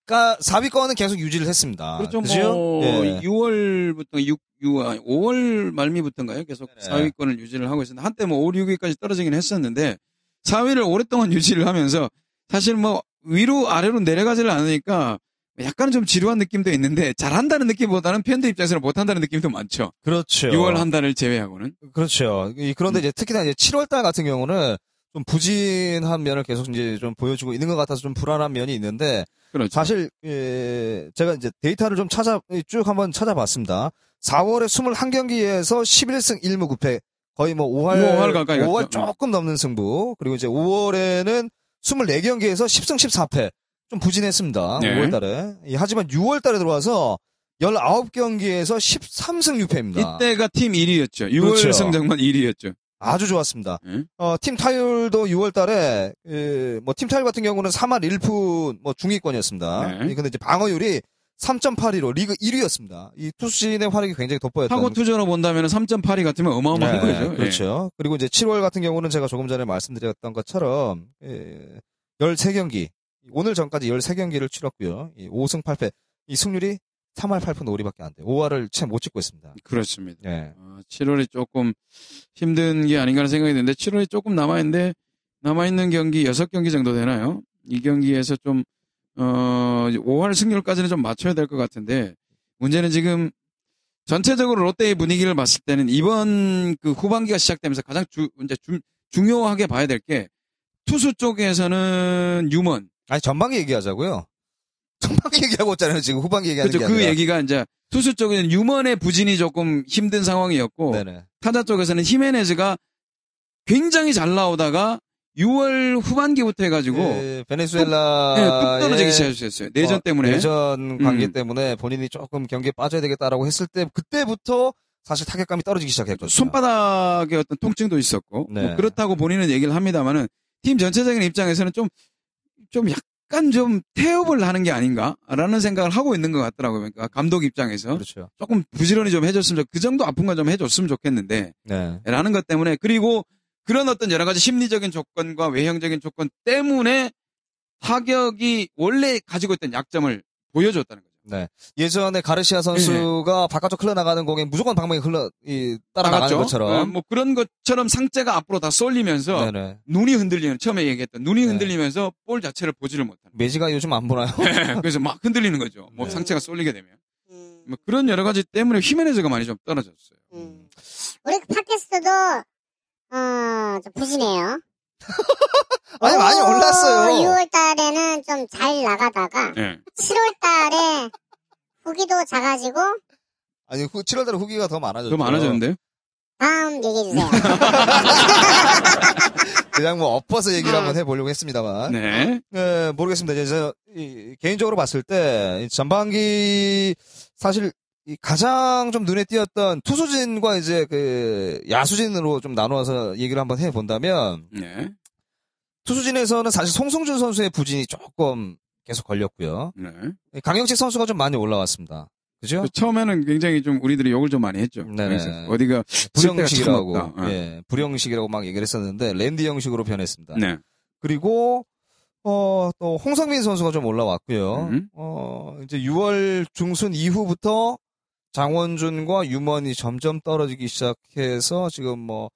Speaker 1: 4위권은 계속 유지를 했습니다.
Speaker 2: 그렇죠.
Speaker 1: 그죠?
Speaker 2: 뭐
Speaker 1: 예.
Speaker 2: 6월부터 6, 6월, 5월 말미부터인가요? 계속
Speaker 1: 네네.
Speaker 2: 4위권을 유지를 하고 있었는데, 한때 뭐 5, 6위까지 떨어지긴 했었는데, 4위를 오랫동안 유지를 하면서, 사실 뭐, 위로 아래로 내려가지를 않으니까, 약간 좀 지루한 느낌도 있는데, 잘한다는 느낌보다는 팬들 입장에서는 못한다는 느낌도 많죠.
Speaker 1: 그렇죠.
Speaker 2: 6월 한 달을 제외하고는.
Speaker 1: 그렇죠. 이-
Speaker 2: 음.
Speaker 1: 그런데 이제 특히나 이제 7월달 같은 경우는 좀 부진한 면을 계속 이제 좀 보여주고 있는 것 같아서 좀 불안한 면이 있는데
Speaker 2: 그렇죠.
Speaker 1: 사실 예, 제가 이제 데이터를 좀 찾아 쭉 한번 찾아봤습니다. 4월에 21경기에서 11승 1무 9패 거의 뭐 5할
Speaker 2: 오, 오할 가까이 갔죠. 어.
Speaker 1: 조금 넘는 승부 그리고 이제 5월에는 24경기에서 10승 14패 좀 부진했습니다.
Speaker 2: 네.
Speaker 1: 5월달에 하지만 6월달에 들어와서 19경기에서 13승 6패입니다.
Speaker 2: 이때가 팀 1위였죠. 6월
Speaker 1: 그렇죠.
Speaker 2: 성적만 1위였죠.
Speaker 1: 아주 좋았습니다.
Speaker 2: 응?
Speaker 1: 어, 팀 타율도 6월 달에, 예, 뭐, 팀 타율 같은 경우는 3할 1푼, 뭐, 중위권이었습니다.
Speaker 2: 네.
Speaker 1: 근데 이제 방어율이 3.82로 리그 1위였습니다. 이 투수진의 활약이 굉장히 돋보였던
Speaker 2: 타고 투자로 본다면 3.82 같으면 어마어마한
Speaker 1: 그렇죠. 네,
Speaker 2: 거죠. 예.
Speaker 1: 그렇죠. 그리고 이제 7월 같은 경우는 제가 조금 전에 말씀드렸던 것처럼 예, 13경기 오늘 전까지 13경기를 치렀고요. 이 5승 8패. 이 승률이 3할 8푼 5리밖에 안 돼. 요 5할을 채 못 찍고 있습니다.
Speaker 2: 그렇습니다.
Speaker 1: 예.
Speaker 2: 아, 7월이 조금 힘든 게 아닌가 하는 생각이 드는데 7월이 조금 남아있는데 남아있는 경기 6경기 정도 되나요? 이 경기에서 좀 어, 5할 승률까지는 좀 맞춰야 될 것 같은데 문제는 지금 전체적으로 롯데의 분위기를 봤을 때는 이번 그 후반기가 시작되면서 가장 주, 이제 중- 중요하게 봐야 될 게 투수 쪽에서는 유먼
Speaker 1: 아니 전반기 얘기하자고요. 전반기 얘기하고 있잖아요. 지금 후반기 얘기하는
Speaker 2: 그렇죠
Speaker 1: 게
Speaker 2: 그
Speaker 1: 아니라.
Speaker 2: 얘기가 이제 투수 쪽에는 유먼의 부진이 조금 힘든 상황이었고
Speaker 1: 네네.
Speaker 2: 타자 쪽에서는 히메네즈가 굉장히 잘 나오다가 6월 후반기부터 해가지고
Speaker 1: 예,
Speaker 2: 예,
Speaker 1: 베네수엘라
Speaker 2: 뚝 떨어지기 시작했어요. 내전 때문에.
Speaker 1: 아, 예. 내전 관계
Speaker 2: 음.
Speaker 1: 때문에 본인이 조금 경기에 빠져야 되겠다라고 했을 때 그때부터 사실 타격감이 떨어지기 시작했거든요.
Speaker 2: 손바닥에 어떤 통증도 있었고
Speaker 1: 네.
Speaker 2: 뭐 그렇다고 본인은 얘기를 합니다만은 팀 전체적인 입장에서는 좀 좀 약간 좀 태업을 하는 게 아닌가라는 생각을 하고 있는 것 같더라고요. 그러니까 감독 입장에서
Speaker 1: 그렇죠.
Speaker 2: 조금 부지런히 좀 해줬으면 좋- 그 정도 아픈 건 좀 해줬으면 좋겠는데
Speaker 1: 네.
Speaker 2: 라는 것 때문에 그리고 그런 어떤 여러 가지 심리적인 조건과 외형적인 조건 때문에 타격이 원래 가지고 있던 약점을 보여줬다는 거죠.
Speaker 1: 예전에 가르시아 선수가 바깥쪽 흘러나가는 공에 무조건 방망이 흘러 이, 따라나가는
Speaker 2: 나갔죠? 어,
Speaker 1: 것처럼.
Speaker 2: 뭐 그런 것처럼 상체가 앞으로 다 쏠리면서
Speaker 1: 네네.
Speaker 2: 눈이 흔들리는 처음에 얘기했던 눈이
Speaker 1: 네.
Speaker 2: 흔들리면서 볼 자체를 보지를 못하는
Speaker 1: 메지가 요즘 안 보나요?
Speaker 2: 그래서 막 흔들리는 거죠. 뭐
Speaker 1: 네.
Speaker 2: 상체가 쏠리게 되면
Speaker 3: 음.
Speaker 2: 뭐 그런 여러 가지 때문에 히메네즈가 많이 좀 떨어졌어요.
Speaker 3: 음. 우리 팟캐스트도 어, 좀 부진해요.
Speaker 1: 아니, 많이 올랐어요.
Speaker 3: 6월 달에는 좀 잘 나가다가
Speaker 2: 네.
Speaker 3: 7월 달에 후기도 작아지고
Speaker 1: 아니, 후, 7월달에 후기가 더
Speaker 2: 더
Speaker 1: 많아졌죠.
Speaker 2: 많아졌는데요.
Speaker 3: 다음 얘기해 주세요.
Speaker 1: 그냥 뭐 엎어서 얘기를
Speaker 3: 음.
Speaker 1: 한번 해보려고 했습니다만.
Speaker 2: 네.
Speaker 1: 예, 모르겠습니다. 이제 저, 이, 개인적으로 봤을 때이 전반기 사실 이 가장 좀 눈에 띄었던 투수진과 이제 그 야수진으로 좀 나누어서 얘기를 한번 해본다면
Speaker 2: 네.
Speaker 1: 투수진에서는 사실 송승준 선수의 부진이 조금 계속 걸렸고요.
Speaker 2: 네.
Speaker 1: 강영식 선수가 좀 많이 올라왔습니다. 그죠?
Speaker 2: 그 처음에는 굉장히 좀 우리들이 욕을 좀 많이 했죠.
Speaker 1: 네네.
Speaker 2: 그래서 어디가 쓸 때가 참
Speaker 1: 불영식이라고
Speaker 2: 없다.
Speaker 1: 예, 불영식이라고 막 얘기를 했었는데 랜디 형식으로 변했습니다.
Speaker 2: 네.
Speaker 1: 그리고 어, 또 홍성민 선수가 좀 올라왔고요.
Speaker 2: 음.
Speaker 1: 어, 이제 6월 중순 이후부터 장원준과 유먼이 점점 떨어지기 시작해서 지금 뭐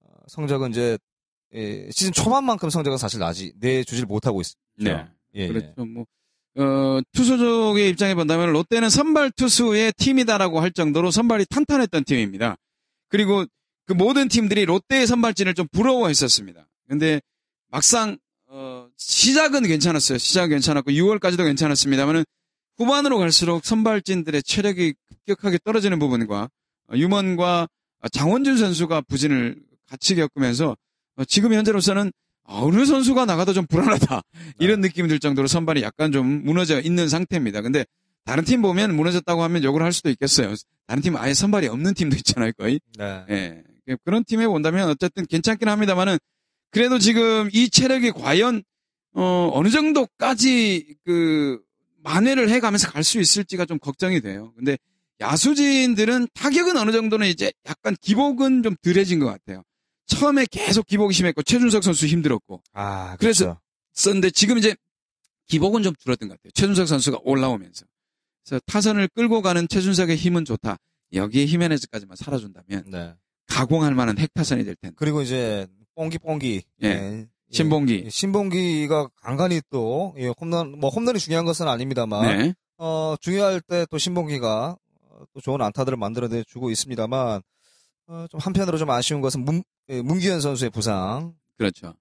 Speaker 1: 어, 성적은 이제 예, 시즌 초반만큼 성적은 사실 나지 내주질 못하고 있습니다.
Speaker 2: 네.
Speaker 1: 예, 예.
Speaker 2: 그렇죠. 뭐, 어, 투수적의 입장에 본다면 롯데는 선발 투수의 팀이다라고 할 정도로 선발이 탄탄했던 팀입니다. 그리고 그 모든 팀들이 롯데의 선발진을 좀 부러워했었습니다. 근데 막상, 어, 시작은 괜찮았어요. 시작은 괜찮았고, 6월까지도 괜찮았습니다만은 후반으로 갈수록 선발진들의 체력이 급격하게 떨어지는 부분과 어, 유먼과 어, 장원준 선수가 부진을 같이 겪으면서 어, 지금 현재로서는 아, 어느 선수가 나가도 좀 불안하다. 이런 느낌이 들 정도로 선발이 약간 좀 무너져 있는 상태입니다. 근데 다른 팀 보면 무너졌다고 하면 욕을 할 수도 있겠어요. 다른 팀 아예 선발이 없는 팀도 있잖아요, 거의.
Speaker 1: 네.
Speaker 2: 예. 그런 팀에 본다면 어쨌든 괜찮긴 합니다만은 그래도 지금 이 체력이 과연 어, 어느 정도까지 그 만회를 해가면서 갈 수 있을지가 좀 걱정이 돼요. 근데 야수진들은 타격은 어느 정도는 이제 약간 기복은 좀 덜해진 것 같아요. 처음에 계속 기복이 심했고 최준석 선수 힘들었고
Speaker 1: 아,
Speaker 2: 그래서
Speaker 1: 그렇죠.
Speaker 2: 썼는데 지금 이제 기복은 좀 줄었던 것 같아요. 최준석 선수가 올라오면서. 그래서 타선을 끌고 가는 최준석의 힘은 좋다. 여기에 히메네즈까지만 살아준다면
Speaker 1: 네.
Speaker 2: 가공할 만한 핵파선이 될 텐데.
Speaker 1: 그리고 이제 뽕기뽕기.
Speaker 2: 예.
Speaker 1: 예.
Speaker 2: 신봉기.
Speaker 1: 예, 신봉기가 간간히 또 예, 홈런 뭐 홈런이 중요한 것은 아닙니다만
Speaker 2: 네.
Speaker 1: 어, 중요할 때 또 신봉기가 어, 또 좋은 안타들을 만들어 주고 있습니다만 어, 좀 한편으로 좀 아쉬운 것은 문, 예, 문기현 선수의 부상
Speaker 2: 그렇죠.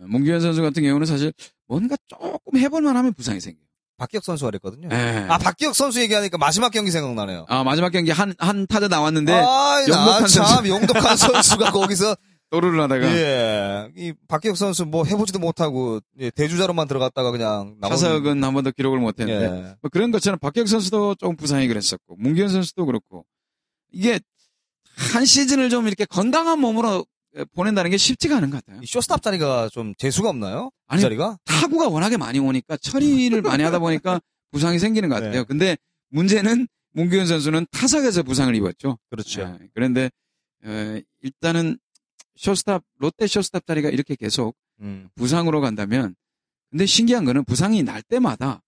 Speaker 2: 어, 문규현 선수 같은 경우는 사실 뭔가 조금 해볼만 하면 부상이 생겨요.
Speaker 1: 박기혁 선수가 그랬거든요.
Speaker 2: 예.
Speaker 1: 아 박기혁 선수 얘기하니까 마지막 경기 생각나네요.
Speaker 2: 아, 마지막 경기 한, 한 타자 나왔는데
Speaker 1: 아,
Speaker 2: 영독한
Speaker 1: 참 용독한 선수가 거기서
Speaker 2: 또르르 하다가
Speaker 1: 예, 이 박기혁 선수 뭐 해보지도 못하고 예, 대주자로만 들어갔다가 그냥 나온-
Speaker 2: 차석은 한 번도 기록을 못했는데
Speaker 1: 예.
Speaker 2: 뭐 그런 것처럼 박경 선수도 조금 부상이 그랬었고 문기현 선수도 그렇고 이게 한 시즌을 좀 이렇게 건강한 몸으로 보낸다는 게 쉽지가 않은 것 같아요.
Speaker 1: 이 쇼스탑 자리가 좀 재수가 없나요? 이
Speaker 2: 아니,
Speaker 1: 자리가?
Speaker 2: 타구가 워낙에 많이 오니까 처리를 많이 하다 보니까 부상이 생기는 것 같아요.
Speaker 1: 네.
Speaker 2: 근데 문제는 문기현 선수는 타석에서 부상을 입었죠.
Speaker 1: 그렇죠.
Speaker 2: 예, 그런데 어, 일단은 쇼스탑 롯데 쇼스탑 자리가 이렇게 계속
Speaker 1: 음.
Speaker 2: 부상으로 간다면 근데 신기한 거는 부상이 날 때마다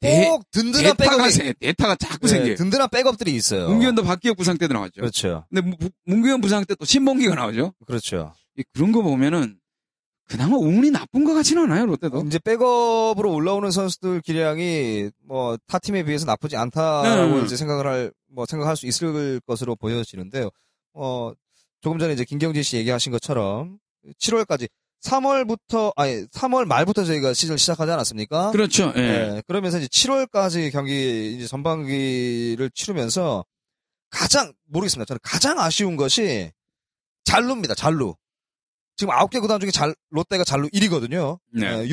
Speaker 2: 대-
Speaker 1: 꼭 든든한
Speaker 2: 대타가
Speaker 1: 백업이
Speaker 2: 생 대타가 자꾸
Speaker 1: 예,
Speaker 2: 생겨요.
Speaker 1: 든든한 백업들이 있어요.
Speaker 2: 문규현도 박기혁 부상 때도 나왔죠.
Speaker 1: 그렇죠.
Speaker 2: 근데 문- 문규현 부상 때 또 신봉기가 나오죠.
Speaker 1: 그렇죠.
Speaker 2: 이- 그런 거 보면은 그나마 운이 나쁜 것 같지는 않아요 롯데도.
Speaker 1: 이제 백업으로 올라오는 선수들 기량이 뭐 타 팀에 비해서 나쁘지 않다라고
Speaker 2: 네.
Speaker 1: 이제 생각을 할 뭐 생각할 수 있을 것으로 보여지는데요. 어 조금 전에 이제 김경진 씨 얘기하신 것처럼 7월까지 3월부터 아니 3월 말부터 저희가 시즌 시작하지 않았습니까?
Speaker 2: 그렇죠. 예.
Speaker 1: 예, 그러면서 이제 7월까지 경기 이제 전반기를 치르면서 가장 모르겠습니다. 저는 가장 아쉬운 것이 잘루입니다. 잘루. 지금 9개 구단 중에 잘 롯데가 잘루 1위거든요.
Speaker 2: 네.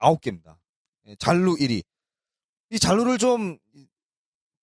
Speaker 1: 659개입니다. 잘루 1위. 이 잘루를 좀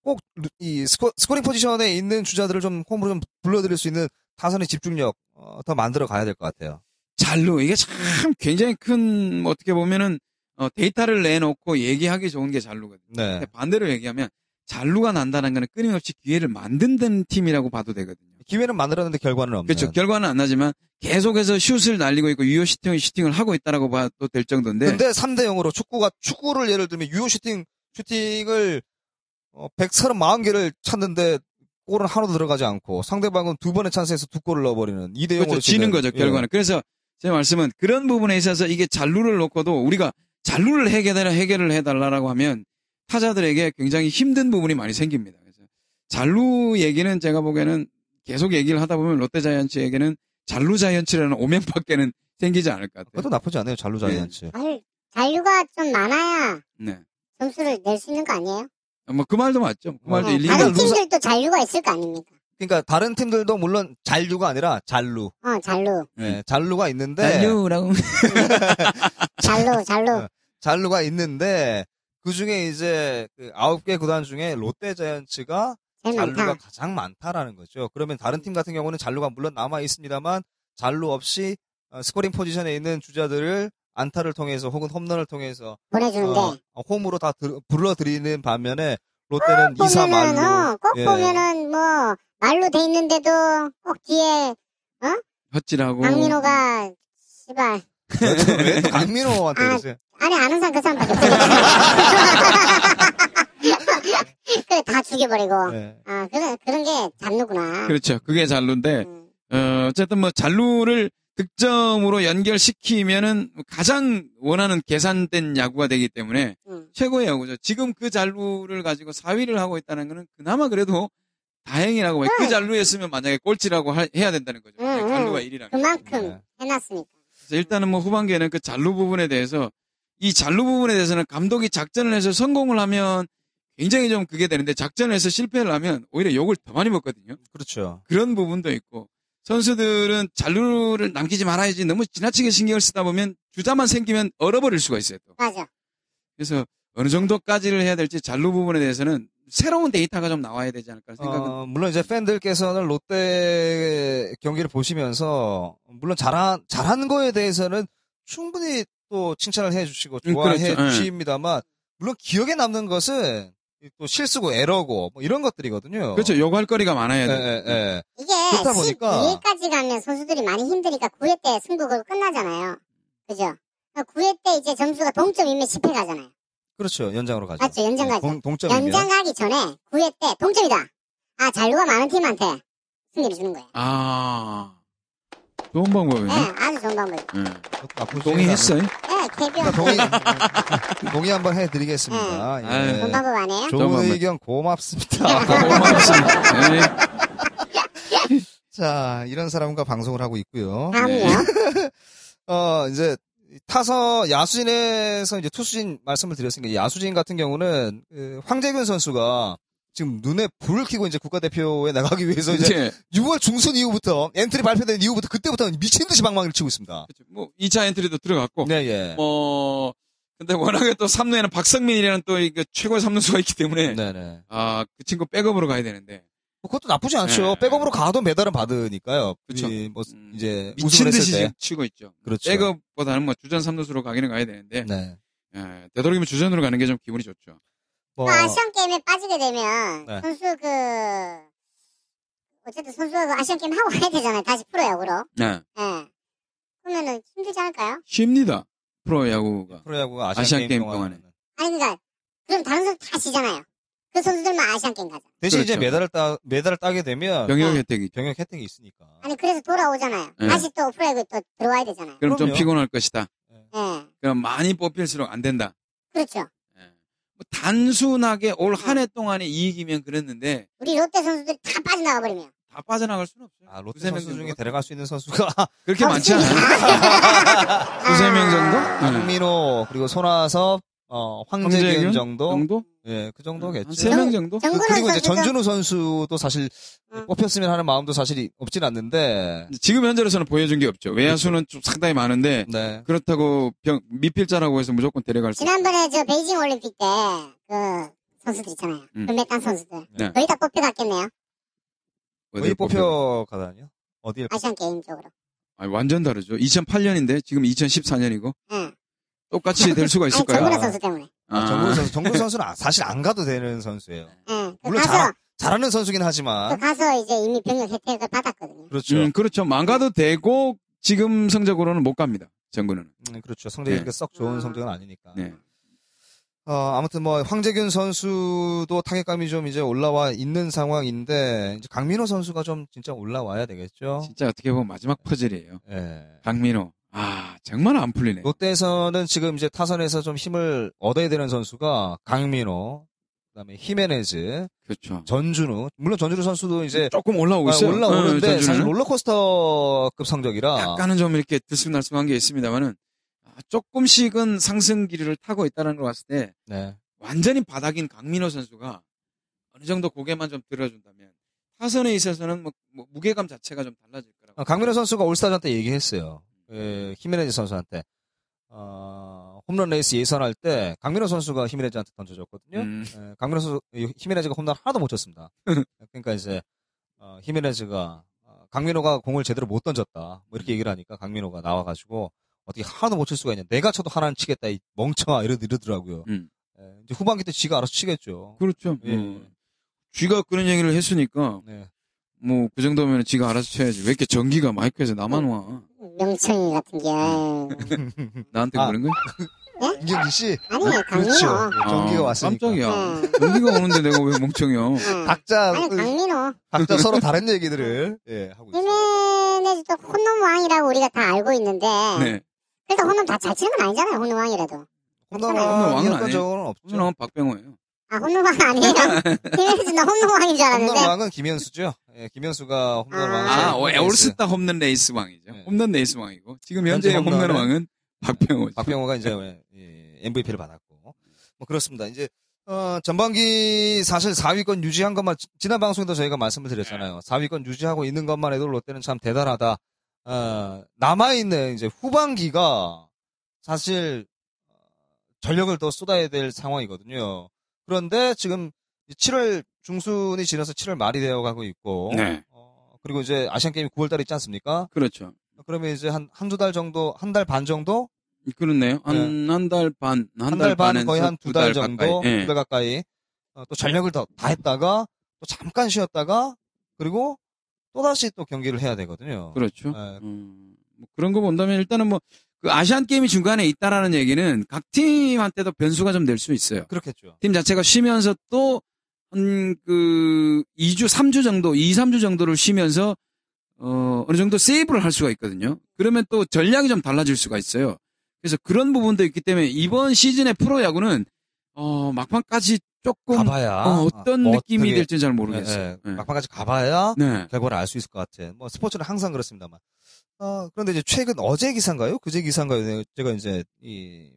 Speaker 1: 꼭 이 스코, 스코링 포지션에 있는 주자들을 좀 홈으로 좀 불러들일 수 있는 타선의 집중력 어, 더 만들어 가야 될 것 같아요.
Speaker 2: 잘로 이게 참 굉장히 큰뭐 어떻게 보면은 어, 데이터를 내놓고 얘기하기 좋은 게 잘로거든요.
Speaker 1: 네.
Speaker 2: 근데 반대로 얘기하면 잘로가 난다는 거는 끊임없이 기회를 만든다는 팀이라고 봐도 되거든요.
Speaker 1: 기회는 만들었는데 결과는 없는.
Speaker 2: 그렇죠. 결과는 안 나지만 계속해서 슛을 날리고 있고 유효 시팅, 시팅을 하고 있다라고 봐도 될 정도인데
Speaker 1: 근데 3대 0으로 축구가 축구를 예를 들면 유효 슈팅 슈팅을 어, 140개를 찼는데 골은 하나도 들어가지 않고 상대방은 두 번의 찬스에서 두 골을 넣어버리는 2대 0으로 예.
Speaker 2: 그렇죠. 지는 거죠, 결과는. 그래서 제 말씀은 그런 부분에 있어서 이게 잔루를 놓고도 우리가 잔루를 해결해라, 해결을 해달라라고 하면 타자들에게 굉장히 힘든 부분이 많이 생깁니다. 그래서 잔루 얘기는 제가 보기에는 계속 얘기를 하다 보면 롯데 자이언츠에게는 잔루 자이언츠라는 오명밖에는 생기지 않을 것
Speaker 1: 그것도
Speaker 2: 같아요.
Speaker 1: 나쁘지 않아요. 잘로 자이언츠.
Speaker 3: 아니, 잔류가 좀 많아야
Speaker 2: 네.
Speaker 3: 점수를 낼 수 있는 거 아니에요?
Speaker 2: 뭐 그 말도 맞죠. 그 말도
Speaker 1: 아,
Speaker 3: 네,
Speaker 2: 일리가
Speaker 3: 다른
Speaker 2: 있는
Speaker 3: 팀들도 잔류가 있을 거 아닙니까?
Speaker 1: 그러니까 다른 팀들도 물론 잔류가 아니라 잔루.
Speaker 3: 어, 잔류.
Speaker 1: 네, 잔루가 있는데
Speaker 2: 잔루라고.
Speaker 3: 잔류,
Speaker 1: 네.
Speaker 3: 잔류.
Speaker 1: 잔루가 있는데 그 중에 이제 그 9개 구단 중에 롯데 자이언츠가
Speaker 3: 제일
Speaker 1: 잔루가
Speaker 3: 많다.
Speaker 1: 가장 많다라는 거죠. 그러면 다른 팀 같은 경우는 잔루가 물론 남아 있습니다만 잔루 없이 어, 스코링 포지션에 있는 주자들을 안타를 통해서 혹은 홈런을 통해서
Speaker 3: 보내주는데.
Speaker 1: 어, 어, 홈으로 다 들- 불러들이는 반면에 롯데는
Speaker 3: 꼭
Speaker 1: 이사
Speaker 3: 보면은,
Speaker 1: 말루
Speaker 3: 어, 꼭
Speaker 1: 예.
Speaker 3: 보면은, 뭐, 말로 돼 있는데도, 꼭 뒤에,
Speaker 2: 헛질하고.
Speaker 3: 강민호가, 씨발.
Speaker 1: 왜또 강민호한테
Speaker 3: 아.
Speaker 1: 그러세요?
Speaker 3: 아니, 아는 사람 그 사람밖에 없어. 그래, 다 죽여버리고.
Speaker 1: 네.
Speaker 3: 아, 그런, 그런 게 잔루구나.
Speaker 2: 그렇죠. 그게
Speaker 1: 네.
Speaker 2: 잔루인데
Speaker 3: 음.
Speaker 2: 어, 어쨌든 뭐 잔루를 득점으로 연결시키면은 가장 원하는 계산된 야구가 되기 때문에
Speaker 3: 음.
Speaker 2: 최고의 야구죠. 지금 그 잔루를 가지고 4위를 하고 있다는 거는 그나마 그래도 다행이라고 봐요. 그
Speaker 3: 응.
Speaker 2: 잔루였으면 만약에 꼴찌라고 할- 해야 된다는 거죠.
Speaker 3: 응,
Speaker 2: 만약에
Speaker 3: 응.
Speaker 2: 잔루가 1위라면.
Speaker 3: 음, 그만큼
Speaker 1: 네.
Speaker 3: 해놨으니까.
Speaker 2: 그래서 일단은 뭐 후반기에는 그 잔루 부분에 대해서 이 잔루 부분에 대해서는 감독이 작전을 해서 성공을 하면 굉장히 좀 그게 되는데 작전을 해서 실패를 하면 오히려 욕을 더 많이 먹거든요.
Speaker 1: 그렇죠.
Speaker 2: 그런 부분도 있고 선수들은 잔루를 남기지 말아야지 너무 지나치게 신경을 쓰다 보면 주자만 생기면 얼어버릴 수가 있어요. 또.
Speaker 3: 맞아.
Speaker 2: 그래서 어느 정도까지를 해야 될지 잔루 부분에 대해서는 새로운 데이터가 좀 나와야 되지 않을까 생각은
Speaker 1: 어, 물론 이제 팬들께서는 롯데 경기를 보시면서 물론 잘한 잘한 거에 대해서는 충분히 또 칭찬을 해주시고
Speaker 2: 음,
Speaker 1: 좋아해
Speaker 2: 그렇죠. 예.
Speaker 1: 주십니다만 물론 기억에 남는 것은 또 실수고 에러고 뭐 이런 것들이거든요.
Speaker 2: 그렇죠. 요구할 거리가 많아야
Speaker 1: 예,
Speaker 2: 돼.
Speaker 1: 예, 예.
Speaker 3: 이게
Speaker 1: 그렇다 보니까-
Speaker 3: 12회까지 가면 선수들이 많이 힘드니까 9회 때 어, 승부가 끝나잖아요. 그죠? 9회 때 이제 점수가 동점이면 10회 가잖아요.
Speaker 1: 그렇죠. 연장으로 가죠. 예,
Speaker 3: 맞죠, 연장 가죠.
Speaker 1: 동, 동점이면.
Speaker 3: 연장 가기 전에 9회 때 동점이다. 아, 잔루가 많은 팀한테 승리를 주는 거예요.
Speaker 2: 아. 좋은
Speaker 3: 예,
Speaker 1: 음.
Speaker 2: 방법이네.
Speaker 3: 아주 좋은 방법.
Speaker 2: 예.
Speaker 1: 나쁘지
Speaker 2: 동의했어.
Speaker 3: 예, KBO.
Speaker 1: 아, 않아요. 동의, 동의 한번 해드리겠습니다.
Speaker 2: 아유.
Speaker 1: 예.
Speaker 3: 좋은 방법 아니에요?
Speaker 1: 좋은
Speaker 2: 조금만.
Speaker 1: 의견 고맙습니다.
Speaker 2: 고맙습니다. 예.
Speaker 1: 자, 이런 사람과 방송을 하고 있고요.
Speaker 3: 다음요.
Speaker 1: 어, 이제 타서 야수진에서 이제 투수진 말씀을 드렸으니까 야수진 같은 경우는 그 황재균 선수가 지금 눈에 불을 켜고 이제 국가대표에 나가기 위해서 이제
Speaker 2: 이제
Speaker 1: 6월 중순 이후부터 엔트리 발표된 이후부터 그때부터 미친 듯이 방망이를 치고 있습니다.
Speaker 2: 뭐 2차 엔트리도 들어갔고.
Speaker 1: 네, 예.
Speaker 2: 뭐 근데 워낙에 또 3루에는 박성민이라는 또 이그 최고의 3루수가 있기 때문에
Speaker 1: 네, 네.
Speaker 2: 아 그 친구 백업으로 가야 되는데
Speaker 1: 그것도 나쁘지 않죠.
Speaker 2: 네.
Speaker 1: 백업으로 가도 메달은 받으니까요.
Speaker 2: 그쵸.
Speaker 1: 이 뭐,
Speaker 2: 음,
Speaker 1: 이제
Speaker 2: 미친
Speaker 1: 우승을
Speaker 2: 듯이
Speaker 1: 했을
Speaker 2: 지금
Speaker 1: 때.
Speaker 2: 치고 있죠.
Speaker 1: 그렇죠.
Speaker 2: 백업보다는 뭐 주전 3루수로 가기는 가야 되는데
Speaker 1: 네.
Speaker 2: 예, 되도록이면 주전으로 가는 게 좀 기분이 좋죠.
Speaker 1: 뭐,
Speaker 3: 또 아시안 게임에 빠지게 되면
Speaker 1: 네.
Speaker 3: 선수 그 어쨌든 선수가 그 아시안 게임 하고 가야 되잖아요. 다시 프로야구로.
Speaker 2: 네.
Speaker 3: 예. 그러면은 힘들지 않을까요?
Speaker 2: 쉽니다. 프로야구가.
Speaker 1: 프로야구가 아시안,
Speaker 2: 아시안
Speaker 1: 게임,
Speaker 2: 게임
Speaker 1: 동안에는.
Speaker 2: 동안에.
Speaker 3: 아니 그러니까 그럼 다른 선수 다 지잖아요. 그 선수들만 아시안 게임 가죠.
Speaker 1: 대신 이제
Speaker 2: 그렇죠.
Speaker 1: 메달을 따, 메달을 따게 되면
Speaker 2: 병역 혜택이죠.
Speaker 1: 병역 혜택이 있으니까.
Speaker 3: 아니 그래서 돌아오잖아요.
Speaker 2: 네.
Speaker 3: 다시 또 프로야구 에또 들어와야 되잖아요.
Speaker 2: 그럼 좀
Speaker 1: 그럼요.
Speaker 2: 피곤할 것이다.
Speaker 3: 예.
Speaker 2: 그럼 많이 뽑힐수록 안 된다.
Speaker 3: 그렇죠.
Speaker 2: 예. 뭐 단순하게 올 한 해 동안의 이익이면 그랬는데
Speaker 3: 우리 롯데 선수들이 다 빠져나가 버리면
Speaker 2: 다 빠져나갈 수는 없어요.
Speaker 1: 아, 롯데
Speaker 2: 두세 명
Speaker 1: 선수 중에
Speaker 2: 정도가.
Speaker 1: 데려갈 수 있는 선수가
Speaker 2: 그렇게 많지 않아요.
Speaker 3: 아.
Speaker 2: 두세 명 정도? 네.
Speaker 1: 박민호 그리고 손아섭 어,
Speaker 2: 황재균
Speaker 1: 황재균 정도
Speaker 2: 정도?
Speaker 1: 예, 그 정도겠죠.
Speaker 2: 세 명 정도?
Speaker 1: 그-
Speaker 3: 정근원
Speaker 1: 그리고 이제
Speaker 3: 선수도
Speaker 1: 전준우 선수도 사실
Speaker 3: 응.
Speaker 1: 뽑혔으면 하는 마음도 사실 이- 없진 않는데
Speaker 2: 지금 현재로서는 보여준 게 없죠.
Speaker 1: 그렇죠.
Speaker 2: 외야수는 좀 상당히 많은데
Speaker 1: 네.
Speaker 2: 그렇다고 병, 미필자라고 해서 무조건 데려갈 수.
Speaker 3: 지난번에 저 베이징 올림픽 때 그 선수들 있잖아요.
Speaker 2: 음.
Speaker 3: 금메딴 선수들
Speaker 2: 네.
Speaker 3: 거의 다 뽑혀갔겠네요.
Speaker 1: 거의 뽑혀 가다니요. 어디에
Speaker 3: 아시안 게임 쪽으로.
Speaker 2: 아니, 완전 다르죠. 2008년인데 지금 2014년이고
Speaker 3: 응.
Speaker 2: 똑같이 될 수가
Speaker 3: 아니
Speaker 2: 있을까요?
Speaker 3: 어, 정근원 선수 때문에.
Speaker 2: 아,
Speaker 1: 정근우 선수 정근우 선수는 아- 사실 안 가도 되는 선수예요.
Speaker 3: 응. 그
Speaker 1: 물론
Speaker 3: 가서
Speaker 1: 잘- 잘하는 선수긴
Speaker 3: 그
Speaker 1: 하지만
Speaker 3: 가서 이제 이미 병역 혜택을 받았거든요.
Speaker 1: 그렇죠.
Speaker 2: 음, 그렇죠. 망가도 되고 지금 성적으로는 못 갑니다. 정근은.
Speaker 1: 음, 그렇죠. 성적이
Speaker 2: 네.
Speaker 1: 그렇게 썩 좋은
Speaker 3: 아.
Speaker 1: 성적은 아니니까.
Speaker 2: 네.
Speaker 1: 어, 아무튼 뭐 황재균 선수도 타격감이 좀 이제 올라와 있는 상황인데 이제 강민호 선수가 좀 진짜 올라와야 되겠죠.
Speaker 2: 진짜 어떻게 보면 마지막 퍼즐이에요.
Speaker 1: 예.
Speaker 2: 강민호. 아 정말 안 풀리네.
Speaker 1: 뭐, 롯데에서는 지금 이제 타선에서 좀 힘을 얻어야 되는 선수가 강민호, 그다음에 히메네즈,
Speaker 2: 그렇죠.
Speaker 1: 전준우. 물론 전준우 선수도 이제
Speaker 2: 조금 올라오고
Speaker 1: 아,
Speaker 2: 있어요.
Speaker 1: 올라오는데
Speaker 2: 어, 전준우는.
Speaker 1: 사실 롤러코스터급 성적이라
Speaker 2: 약간은 좀 이렇게 들쑥날쑥한 게 있습니다만은 아, 조금씩은 상승 기류를 타고 있다는 걸 봤을 때
Speaker 1: 네.
Speaker 2: 완전히 바닥인 강민호 선수가 어느 정도 고개만 좀 들어준다면 타선에 있어서는 뭐, 뭐 무게감 자체가 좀 달라질 거라고.
Speaker 1: 아, 강민호 선수가 올스타전 때 얘기했어요.
Speaker 2: 음.
Speaker 1: 그 히메네즈 선수한테 어, 홈런 레이스 예선할 때 강민호 선수가 히메네즈한테 던져줬거든요.
Speaker 2: 음.
Speaker 1: 예, 강민호 선수 이 히메네즈가 홈런 하나도 못 쳤습니다. 그러니까 이제 어, 히메네즈가 어, 강민호가 공을 제대로 못 던졌다 뭐
Speaker 2: 음.
Speaker 1: 이렇게 얘기를 하니까 강민호가 나와가지고 어떻게 하나도 못 칠 수가 있냐 내가 쳐도 하나는 치겠다 이 멍청아 이러 이러더라고요.
Speaker 2: 음.
Speaker 1: 예, 이제 후반기 때 지가 알아서 치겠죠.
Speaker 2: 그렇죠.
Speaker 1: 예.
Speaker 2: 뭐, 쥐가 그런 얘기를 했으니까
Speaker 1: 네.
Speaker 2: 뭐 그 정도면 지가 알아서 쳐야지. 왜 이렇게 전기가 마이크에서 나만 와?
Speaker 3: 명청이 같은 게 아유.
Speaker 2: 나한테
Speaker 1: 아.
Speaker 2: 그런 거야?
Speaker 1: 김경기 씨
Speaker 3: 아니 강민호.
Speaker 1: 전기가
Speaker 2: 그, 아,
Speaker 1: 네, 왔으니까.
Speaker 2: 깜짝이야.
Speaker 3: 응.
Speaker 2: 전기가 오는데 내가 왜 멍청이야?
Speaker 3: 응.
Speaker 1: 각자
Speaker 3: 아니 강민호.
Speaker 1: 각자 음, 서로 다른 얘기들을 예, 하고 있어요.
Speaker 3: 히메네즈도 홈런 왕이라고 우리가 다 알고 있는데
Speaker 2: 네.
Speaker 3: 그래도 홈런 다 잘 치는 건 아니잖아요. 홈런 왕이라도.
Speaker 1: 홈런
Speaker 2: 홈런 왕은
Speaker 1: 왕은
Speaker 2: 아니에요.
Speaker 1: 적으로는
Speaker 2: 오늘
Speaker 1: 없죠.
Speaker 2: 나온 박병호예요.
Speaker 3: 아 홈런 왕 아니에요? 히메네즈 나 홈런 왕인 줄 알았는데.
Speaker 1: 홈런 왕은 김현수죠. 예, 김현수가 홈런 왕.
Speaker 2: 아,
Speaker 3: 아,
Speaker 2: 올- 올스타 홈런 레이스 왕이죠.
Speaker 1: 네.
Speaker 2: 홈런 레이스 왕이고 지금
Speaker 1: 현재
Speaker 2: 현재 홈런
Speaker 1: 홈런은
Speaker 2: 왕은 박병호죠.
Speaker 1: 박병호가 이제 예, MVP를 받았고 뭐 그렇습니다. 이제 어, 전반기 사실 4위권 유지한 것만 지- 지난 방송에도 저희가 말씀을 드렸잖아요. 4위권 유지하고 있는 것만 해도 롯데는 참 대단하다. 어, 남아 있는 이제 후반기가 사실 어, 전력을 더 쏟아야 될 상황이거든요. 그런데 지금 7월 중순이 지나서 7월 말이 되어가고 있고
Speaker 2: 네.
Speaker 1: 어, 그리고 이제 아시안 게임이 9월달에 있지 않습니까?
Speaker 2: 그렇죠.
Speaker 1: 그러면 이제 한 한두 달 정도 한 달 반 정도
Speaker 2: 그렇네요. 한 한 달 반, 한
Speaker 1: 한 달
Speaker 2: 달
Speaker 1: 반,
Speaker 2: 반에서
Speaker 1: 거의 한 두 달
Speaker 2: 두달
Speaker 1: 정도, 그러니까
Speaker 2: 가까이. 예.
Speaker 1: 두 달 가까이, 어, 또 전력을 더, 다 했다가, 또 잠깐 쉬었다가, 그리고 또다시 또 경기를 해야 되거든요.
Speaker 2: 그렇죠.
Speaker 1: 예.
Speaker 2: 음, 뭐 그런 거 본다면 일단은 뭐 그 아시안 게임이 중간에 있다라는 얘기는 각 팀한테도 변수가 좀 될 수 있어요.
Speaker 1: 그렇겠죠.
Speaker 2: 팀 자체가 쉬면서 또한그 2주, 3주 정도, 2, 3주 정도를 쉬면서 어, 어느 정도 세이브를 할 수가 있거든요. 그러면 또 전략이 좀 달라질 수가 있어요. 그래서 그런 부분도 있기 때문에 이번 시즌의 프로 야구는 어, 막판까지 조금
Speaker 1: 가봐야
Speaker 2: 어, 떤
Speaker 1: 뭐
Speaker 2: 느낌이
Speaker 1: 어떻게-
Speaker 2: 될지는 잘
Speaker 1: 예,
Speaker 2: 모르겠어요.
Speaker 1: 예.
Speaker 2: 네.
Speaker 1: 막판까지 가봐야
Speaker 2: 네.
Speaker 1: 결과를 알 수 있을 것 같아. 뭐 스포츠는 항상 그렇습니다만. 아, 그런데 이제 최근 어제 기사인가요? 그제 기사인가요? 네, 제가 이제 이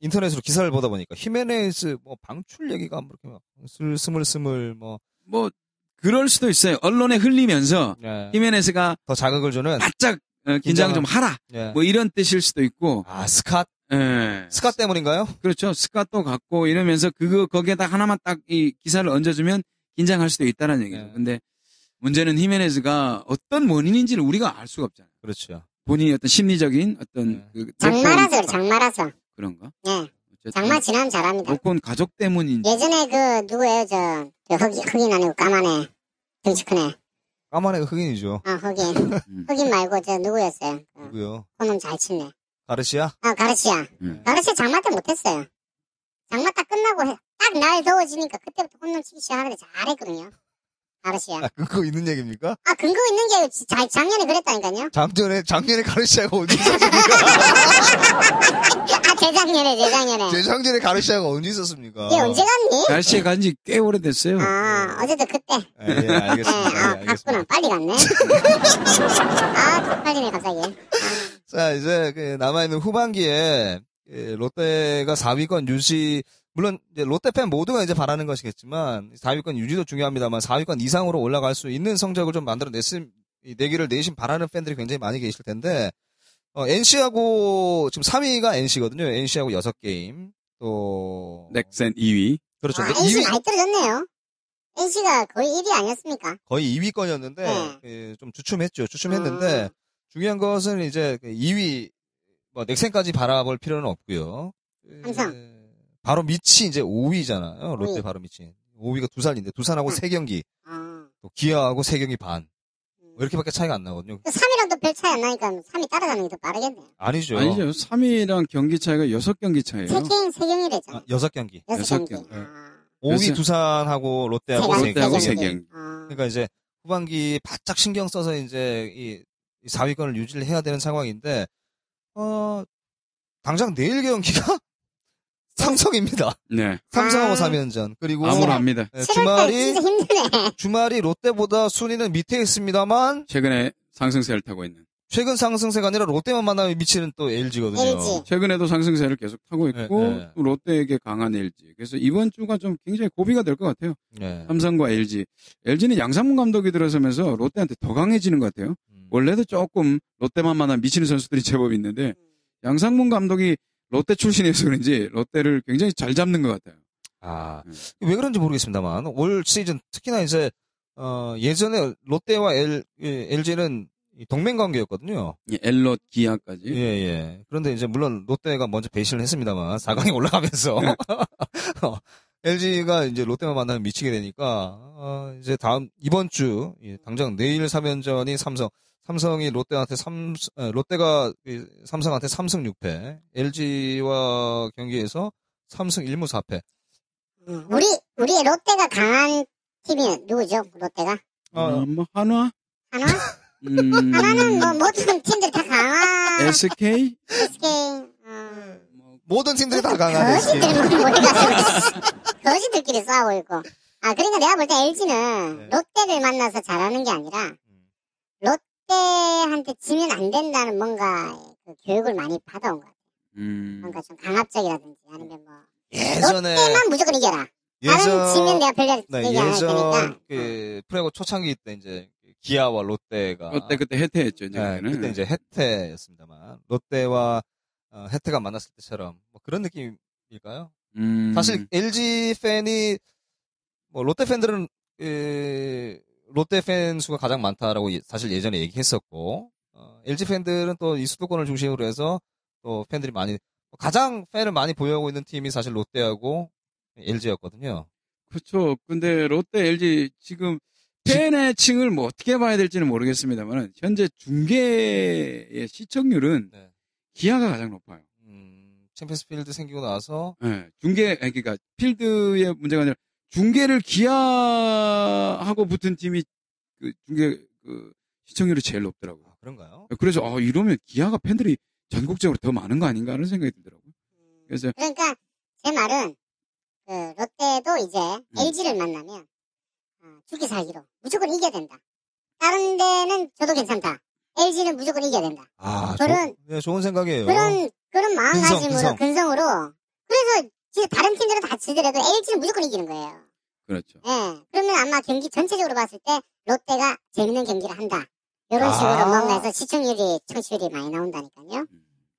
Speaker 1: 인터넷으로 기사를 보다 보니까 히메네스 뭐 방출 얘기가 뭐 이렇게 막 슬- 스물스물 뭐
Speaker 2: 뭐 그럴 수도 있어요. 언론에 흘리면서 히메네스가
Speaker 1: 예, 더 자극을 주는
Speaker 2: 바짝 어, 긴장 좀 하라
Speaker 1: 예.
Speaker 2: 뭐 이런 뜻일 수도 있고
Speaker 1: 아 스캇
Speaker 2: 예.
Speaker 1: 네, 스캇 때문인가요?
Speaker 2: 그렇죠. 스카도 갖고 이러면서 그거 거기에다 하나만 딱 이 기사를 얹어주면 긴장할 수도 있다는 얘기죠.
Speaker 1: 네.
Speaker 2: 근데 문제는 히메네즈가 어떤 원인인지를 우리가 알 수가 없잖아요.
Speaker 1: 그렇죠.
Speaker 2: 본인의 어떤 심리적인
Speaker 1: 네.
Speaker 2: 어떤 그
Speaker 3: 장마라서
Speaker 2: 노콘
Speaker 3: 그래, 장마라서.
Speaker 2: 그런가?
Speaker 3: 예.
Speaker 2: 어쨌든
Speaker 3: 장마 지나면 잘합니다.
Speaker 2: 노콘 가족 때문인지
Speaker 3: 예전에 그, 누구예요, 저, 저 흑인, 흑인 아니고 까만애. 등치 크네.
Speaker 1: 까만애가 흑인이죠.
Speaker 3: 어, 흑인.
Speaker 2: 음.
Speaker 3: 흑인 말고 저 누구였어요? 어,
Speaker 1: 누구요?
Speaker 3: 그놈 잘 치네.
Speaker 1: 가르시아?
Speaker 3: 어, 가르시아.
Speaker 2: 음.
Speaker 3: 가르시아 장마 때 못했어요. 장마 딱 끝나고, 해- 딱 날 더워지니까 그때부터 홈런 치기 시작하는데 잘했거든요. 가르시아.
Speaker 1: 아, 그거 있는 얘기입니까?
Speaker 3: 아, 근거 있는 게 지- 자- 작년에 그랬다니까요. 작년에,
Speaker 1: 작년에 가르시아가 언제
Speaker 3: 아, 재작년에, 재작년에.
Speaker 1: 재작년에 가르시아가 언제 있었습니까?
Speaker 3: 얘 언제 갔니?
Speaker 2: 날씨에 간지 꽤 오래됐어요.
Speaker 3: 아, 어제도 그때.
Speaker 1: 예, 예,
Speaker 3: 예, 아,
Speaker 1: 알겠습니다. 예,
Speaker 3: 갔구나.
Speaker 1: 알겠습니다.
Speaker 3: 빨리 갔네. 아, 쪽팔리네, 갑자기.
Speaker 1: 자, 이제 그 남아있는 후반기에 예, 롯데가 4위권 유지, 물론 이제 롯데 팬 모두가 이제 바라는 것이겠지만 4위권 유지도 중요합니다만 4위권 이상으로 올라갈 수 있는 성적을 좀 만들어냈음 이 내기를 내심 바라는 팬들이 굉장히 많이 계실 텐데 어, NC하고 지금 3위가 NC거든요. NC하고 6게임 또
Speaker 2: 넥센 2위.
Speaker 1: 그렇죠.
Speaker 3: 아,
Speaker 1: 근데
Speaker 3: NC
Speaker 1: 2위
Speaker 3: 많이 떨어졌네요. NC가 거의 1위 아니었습니까?
Speaker 1: 거의 2위권이었는데 그
Speaker 3: 네.
Speaker 1: 좀 주춤했죠.
Speaker 3: 음.
Speaker 1: 주춤했는데 중요한 것은 이제 2위 뭐 넥센까지 바라볼 필요는 없고요. 예,
Speaker 3: 삼성.
Speaker 1: 바로 밑이 이제 5위잖아요. 롯데
Speaker 3: 오위.
Speaker 1: 바로 밑이 5위가 두산인데 두산하고
Speaker 3: 응.
Speaker 1: 세 3경기,
Speaker 3: 아.
Speaker 1: 또 기아하고 3경기 반.
Speaker 3: 음.
Speaker 1: 뭐 이렇게밖에 차이가 안 나거든요.
Speaker 3: 3위랑 또그 별 차이 안 나니까 3위 따라가는 게 더 빠르겠네요.
Speaker 1: 아니죠.
Speaker 2: 아니죠. 3위랑 경기 차이가 6경기 차이예요.
Speaker 3: 세경세경이래잖
Speaker 1: 아, 6경기.
Speaker 3: 아
Speaker 2: 여섯
Speaker 3: 여섯 경기.
Speaker 2: 경기.
Speaker 3: 아.
Speaker 1: 5위
Speaker 2: 그래서-
Speaker 1: 두산하고 롯데하고
Speaker 3: 세 경기.
Speaker 1: 네. 세
Speaker 2: 그렇죠. 롯데하고
Speaker 1: 경기.
Speaker 2: 세 경기.
Speaker 3: 아.
Speaker 1: 그러니까 이제 후반기 바짝 신경 써서 이제 이, 이 4위권을 유지를 해야 되는 상황인데 어 당장 내일 경기가 삼성입니다.
Speaker 2: 네.
Speaker 1: 삼성하고 3연전 그리고
Speaker 2: 암울합니다.
Speaker 1: 예,
Speaker 3: 7월달
Speaker 1: 주말이
Speaker 3: 진짜 힘드네.
Speaker 1: 주말이 롯데보다 순위는 밑에 있습니다만
Speaker 2: 최근에 상승세를 타고 있는.
Speaker 1: 최근 상승세가 아니라 롯데만 만나면 미치는 또 LG거든요.
Speaker 3: LG.
Speaker 2: 최근에도 상승세를 계속 타고 있고
Speaker 1: 네, 네.
Speaker 2: 또 롯데에게 강한 LG. 그래서 이번 주가 좀 굉장히 고비가 될 것 같아요.
Speaker 1: 네.
Speaker 2: 삼성과 LG. LG는 양상문 감독이 들어서면서 롯데한테 더 강해지는 것 같아요.
Speaker 1: 음.
Speaker 2: 원래도 조금 롯데만 만나 미치는 선수들이 제법 있는데 양상문 감독이 롯데 출신이어서 그런지 롯데를 굉장히 잘 잡는 것 같아요.
Speaker 1: 아,
Speaker 2: 음.
Speaker 1: 왜 그런지 모르겠습니다만 올 시즌 특히나 이제 어, 예전에 롯데와 L, 예, LG는 동맹 관계였거든요.
Speaker 2: 이 엘롯 기아까지.
Speaker 1: 예, 예. 그런데 이제 물론 롯데가 먼저 배신을 했습니다만 4강에 올라가면서 예. LG가 이제 롯데만 만나면 미치게 되니까 어, 이제 다음 이번 주 예, 당장 내일 3연전이 삼성 삼성이 롯데한테 삼 에, 롯데가 이 삼성한테 3승 6패 LG와 경기에서 3승 1무 4패
Speaker 3: 음. 우리 우리 롯데가 강한 팀이 누구죠? 롯데가
Speaker 1: 어, 음.
Speaker 2: 아, 뭐 한화.
Speaker 3: 하나?
Speaker 2: 음,
Speaker 3: 하나는 뭐 모든 팀들 다 강한
Speaker 2: SK.
Speaker 3: SK. 어.
Speaker 1: 모든 팀들이 다 강한 LG
Speaker 3: 거지들만 몰라서 거지들끼리 싸우고 있고. 아 그러니까 내가 볼 때 LG는
Speaker 1: 네.
Speaker 3: 롯데를 만나서 잘하는 게 아니라 롯데한테 지면 안 된다는 뭔가 그 교육을 많이 받아온 것 같아요.
Speaker 2: 음,
Speaker 3: 뭔가 좀 강압적이라든지 아니면 뭐
Speaker 1: 예전에
Speaker 3: 롯데만 무조건 이겨라. 다른 지면 내가 별로
Speaker 1: 네,
Speaker 3: 얘기 안 할
Speaker 1: 예전
Speaker 3: 테니까.
Speaker 1: 그 프레고 초창기 때 이제 기아와 롯데가
Speaker 2: 롯데 그때 해태했죠. 이제
Speaker 1: 네,
Speaker 2: 그때는.
Speaker 1: 그때 이제 해태였습니다만 롯데와 어, 해태가 만났을 때처럼 뭐 그런 느낌일까요?
Speaker 2: 음,
Speaker 1: 사실 LG 팬이 뭐 롯데 팬들은 에, 롯데 팬 수가 가장 많다라고 예- 사실 예전에 얘기했었고 어, LG 팬들은 또 이 수도권을 중심으로 해서 또 팬들이 많이 가장 팬을 많이 보유하고 있는 팀이 사실 롯데하고 LG였거든요.
Speaker 2: 그렇죠. 근데 롯데 LG 지금 팬의 층을
Speaker 1: 네.
Speaker 2: 뭐 어떻게 봐야 될지는 모르겠습니다만 현재 중계의 시청률은 기아가 가장 높아요.
Speaker 1: 음, 챔피언스 필드 생기고 나서
Speaker 2: 예, 중계, 아니, 그러니까 필드의 문제가 아니라 중계를 기아하고 붙은 팀이 그 중계 그 시청률이 제일 높더라고요.
Speaker 1: 아, 그런가요?
Speaker 2: 그래서 아, 이러면 기아가 팬들이 전국적으로 더 많은 거 아닌가 하는 생각이 들더라고요. 그래서
Speaker 3: 그러니까 제 말은 그 롯데도 이제
Speaker 1: 음.
Speaker 3: LG를 만나면 어, 죽기 살기로 무조건 이겨야 된다. 다른 데는 저도 괜찮다. LG는 무조건 이겨야 된다.
Speaker 1: 아,
Speaker 3: 그런-
Speaker 1: 조- 예, 좋은 생각이에요.
Speaker 3: 그런 그런 마음가짐으로
Speaker 1: 근성, 근성.
Speaker 3: 근성. 으로 그래서 지- 다른 팀들은 다 지더라도 LG는 무조건 이기는 거예요.
Speaker 2: 그렇죠.
Speaker 3: 예. 그러면 아마 경기 전체적으로 봤을 때 롯데가 재밌는 경기를 한다. 이런
Speaker 1: 아.
Speaker 3: 식으로 뭔가 해서 시청률이 청취율이 많이 나온다니까요.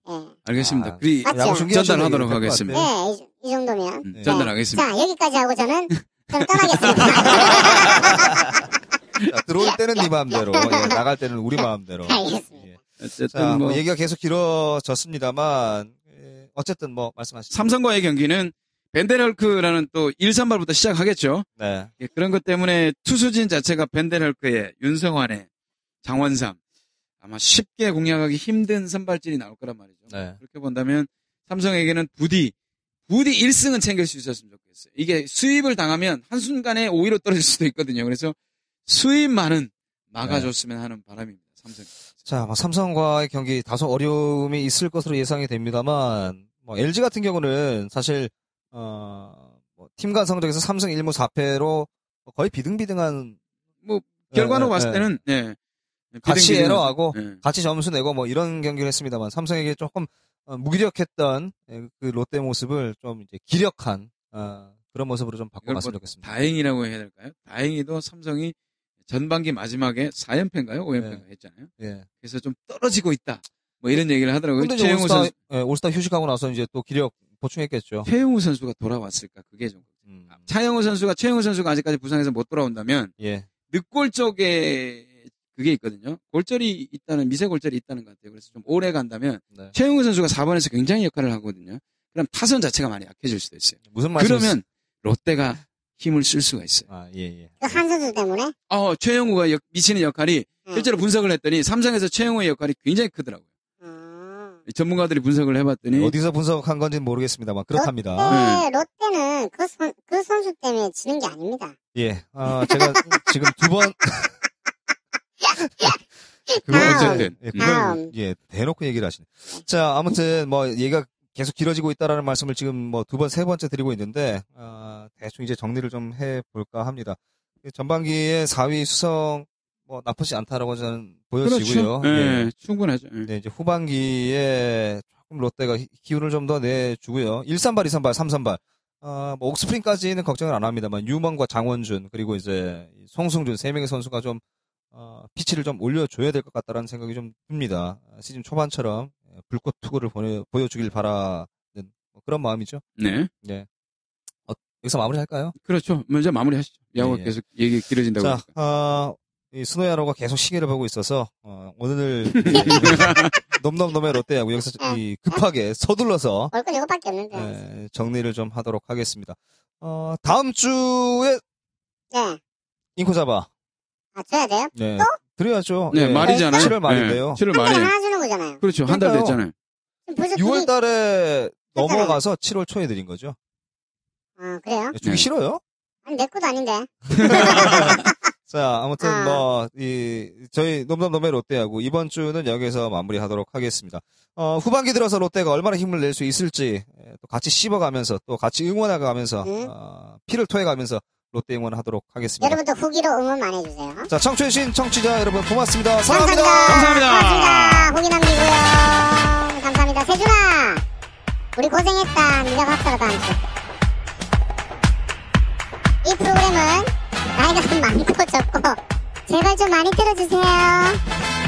Speaker 1: 음.
Speaker 3: 예.
Speaker 2: 알겠습니다.
Speaker 1: 아,
Speaker 2: 그리
Speaker 3: 맞죠?
Speaker 1: 야구 중계하시는
Speaker 2: 전달하도록
Speaker 1: 분이 될것
Speaker 2: 하겠습니다.
Speaker 1: 같아요.
Speaker 3: 예, 이, 이 정도면.
Speaker 2: 네. 음,
Speaker 1: 네.
Speaker 2: 전달하겠습니다.
Speaker 3: 자, 여기까지 하고 저는 그럼 떠나겠습니다. 그
Speaker 1: 자, 들어올 때는 네 마음대로, 예, 나갈 때는 우리 마음대로.
Speaker 3: 알겠습니다.
Speaker 1: 예. 자,
Speaker 2: 어쨌든
Speaker 1: 뭐
Speaker 2: 뭐
Speaker 1: 얘기가 계속 길어졌습니다만 예, 어쨌든 뭐 말씀하시죠.
Speaker 2: 삼성과의 경기는 벤데렐크라는 또 1선발부터 시작하겠죠.
Speaker 1: 네.
Speaker 2: 예, 그런 것 때문에 투수진 자체가 벤데렐크의 윤성환의 장원삼 아마 쉽게 공략하기 힘든 선발진이 나올 거란 말이죠.
Speaker 1: 네.
Speaker 2: 그렇게 본다면 삼성에게는 부디 부디 1승은 챙길 수 있었으면 좋겠어요. 이게 수입을 당하면 한순간에 5위로 떨어질 수도 있거든요. 그래서 수입만은 막아줬으면 하는 바람입니다. 삼성.
Speaker 1: 자, 뭐 삼성과의 경기 다소 어려움이 있을 것으로 예상이 됩니다만 뭐 LG 같은 경우는 사실 어, 뭐팀 간 성적에서 삼성 1무 4패로 거의 비등비등한
Speaker 2: 뭐 결과로
Speaker 1: 예,
Speaker 2: 봤을
Speaker 1: 예.
Speaker 2: 때는 예.
Speaker 1: 같이
Speaker 2: 비등비등한-
Speaker 1: 네, 에러하고
Speaker 2: 예.
Speaker 1: 같이 점수 내고 뭐 이런 경기를 했습니다만 삼성에게 조금 어, 무기력했던 예, 그 롯데 모습을 좀 이제 기력한 어, 그런 모습으로 좀
Speaker 2: 이걸 뭐
Speaker 1: 바꿔봤으면 좋겠습니다.
Speaker 2: 다행이라고 해야 될까요? 다행히도 삼성이 전반기 마지막에 4연패인가요? 5연패인가 했잖아요.
Speaker 1: 예.
Speaker 2: 그래서 좀 떨어지고 있다. 뭐 이런 얘기를 하더라고요.
Speaker 1: 근데 이제
Speaker 2: 최영우
Speaker 1: 네. 올스타,
Speaker 2: 선수,
Speaker 1: 예, 올스타 휴식하고 나서 이제 또 기력 보충했겠죠.
Speaker 2: 최영우 선수가 돌아왔을까? 그게 좀. 그렇죠.
Speaker 1: 음,
Speaker 2: 차영우 선수가, 최영우 선수가 아직까지 부상해서 못 돌아온다면,
Speaker 1: 예.
Speaker 2: 늑골 쪽에 그게 있거든요. 골절이 있다는, 미세 골절이 있다는 것 같아요. 그래서 좀 오래 간다면,
Speaker 1: 네.
Speaker 2: 최영우 선수가 4번에서 굉장히 역할을 하거든요. 그럼 타선 자체가 많이 약해질 수도 있어요.
Speaker 1: 무슨 말씀?
Speaker 2: 그러면, 롯데가 힘을 쓸 수가 있어요.
Speaker 1: 아, 예, 예.
Speaker 3: 그 한 선수 때문에
Speaker 2: 어, 최영우가 역- 미치는 역할이,
Speaker 3: 음.
Speaker 2: 실제로 분석을 했더니, 삼성에서 최영우의 역할이 굉장히 크더라고요.
Speaker 3: 음.
Speaker 2: 전문가들이 분석을 해봤더니,
Speaker 1: 어디서 분석한 건지는 모르겠습니다만
Speaker 2: 아,
Speaker 1: 그렇답니다.
Speaker 3: 네, 롯데는 그, 선, 그 선수 때문에 지는 게 아닙니다.
Speaker 1: 예. 아, 제가 지금 두 번. 그건
Speaker 3: 다음.
Speaker 1: 어쨌든. 예,
Speaker 3: 다음.
Speaker 1: 그건, 예, 대놓고 얘기를 하시네. 자, 아무튼 뭐 얘가 계속 길어지고 있다라는 말씀을 지금 뭐 두 번, 세 번째 드리고 있는데, 아, 대충 이제 정리를 좀 해볼까 합니다. 전반기에 4위 수성 뭐 나쁘지 않다라고 저는 보여지고요.
Speaker 2: 예,
Speaker 1: 예.
Speaker 2: 충분하죠. 예.
Speaker 1: 네, 이제 후반기에 조금 롯데가 기- 기운을 좀 더 내주고요. 1선발, 2선발, 3선발. 아, 뭐 옥스프링까지는 걱정을 안 합니다만 유먼과 장원준 그리고 이제 송승준 세 명의 선수가 좀 어, 피치를 좀 올려줘야 될 것 같다라는 생각이 좀 듭니다. 아, 시즌 초반처럼 예, 불꽃 투구를 보내, 보여주길 바라는 뭐 그런 마음이죠.
Speaker 2: 네.
Speaker 1: 예. 어, 여기서 마무리할까요?
Speaker 2: 그렇죠. 먼저 마무리하시죠. 야구가
Speaker 1: 예, 예.
Speaker 2: 계속 얘기 길어진다고.
Speaker 1: 자,
Speaker 2: 그러니까.
Speaker 1: 아, 이 스노야로가 계속 시계를 보고 있어서 어, 오늘 넘넘넘의 롯데야구 여기서 이 급하게 서둘러서
Speaker 3: 올 건 이것밖에 없는데. 네.
Speaker 1: 에, 정리를 좀 하도록 하겠습니다. 어, 다음 주에 인코 잡아.
Speaker 3: 네. 아, 줘야 돼요?
Speaker 1: 네.
Speaker 3: 또?
Speaker 1: 드려야죠.
Speaker 2: 네,
Speaker 1: 예.
Speaker 2: 말이잖아요.
Speaker 1: 7월 말인데요.
Speaker 2: 네, 7월
Speaker 3: 한 달에
Speaker 2: 말이에요.
Speaker 3: 하나 주는 거잖아요.
Speaker 2: 그렇죠. 한 달
Speaker 1: 그러니까요.
Speaker 2: 됐잖아요.
Speaker 3: 지금 벌써
Speaker 1: 6월
Speaker 3: 둘이-
Speaker 1: 달에 넘어가서 7월 초에 드린 거죠.
Speaker 3: 아, 그래요?
Speaker 1: 주기
Speaker 2: 네.
Speaker 1: 싫어요?
Speaker 3: 아니, 내 것도 아닌데.
Speaker 1: 자, 아무튼
Speaker 3: 아.
Speaker 1: 뭐, 이, 저희 놈놈놈의 롯데하고 이번 주는 여기서 마무리하도록 하겠습니다. 어, 후반기 들어서 롯데가 얼마나 힘을 낼 수 있을지, 예, 또 같이 씹어가면서, 또 같이 응원해가면서,
Speaker 3: 네.
Speaker 1: 어, 피를 토해가면서 롯데 응원하도록 하겠습니다.
Speaker 3: 여러분도 후기로 응원 많이 해주세요.
Speaker 1: 자, 청취해주신 청취자 여러분 고맙습니다. 사랑합니다.
Speaker 2: 감사합니다.
Speaker 3: 고맙습니다. 후기 남기고요. 감사합니다. 세준아, 우리 고생했다. 네가 갔더라 다음 주. 이 프로그램은 나이가 많고 적고 제발 좀 많이 들어주세요.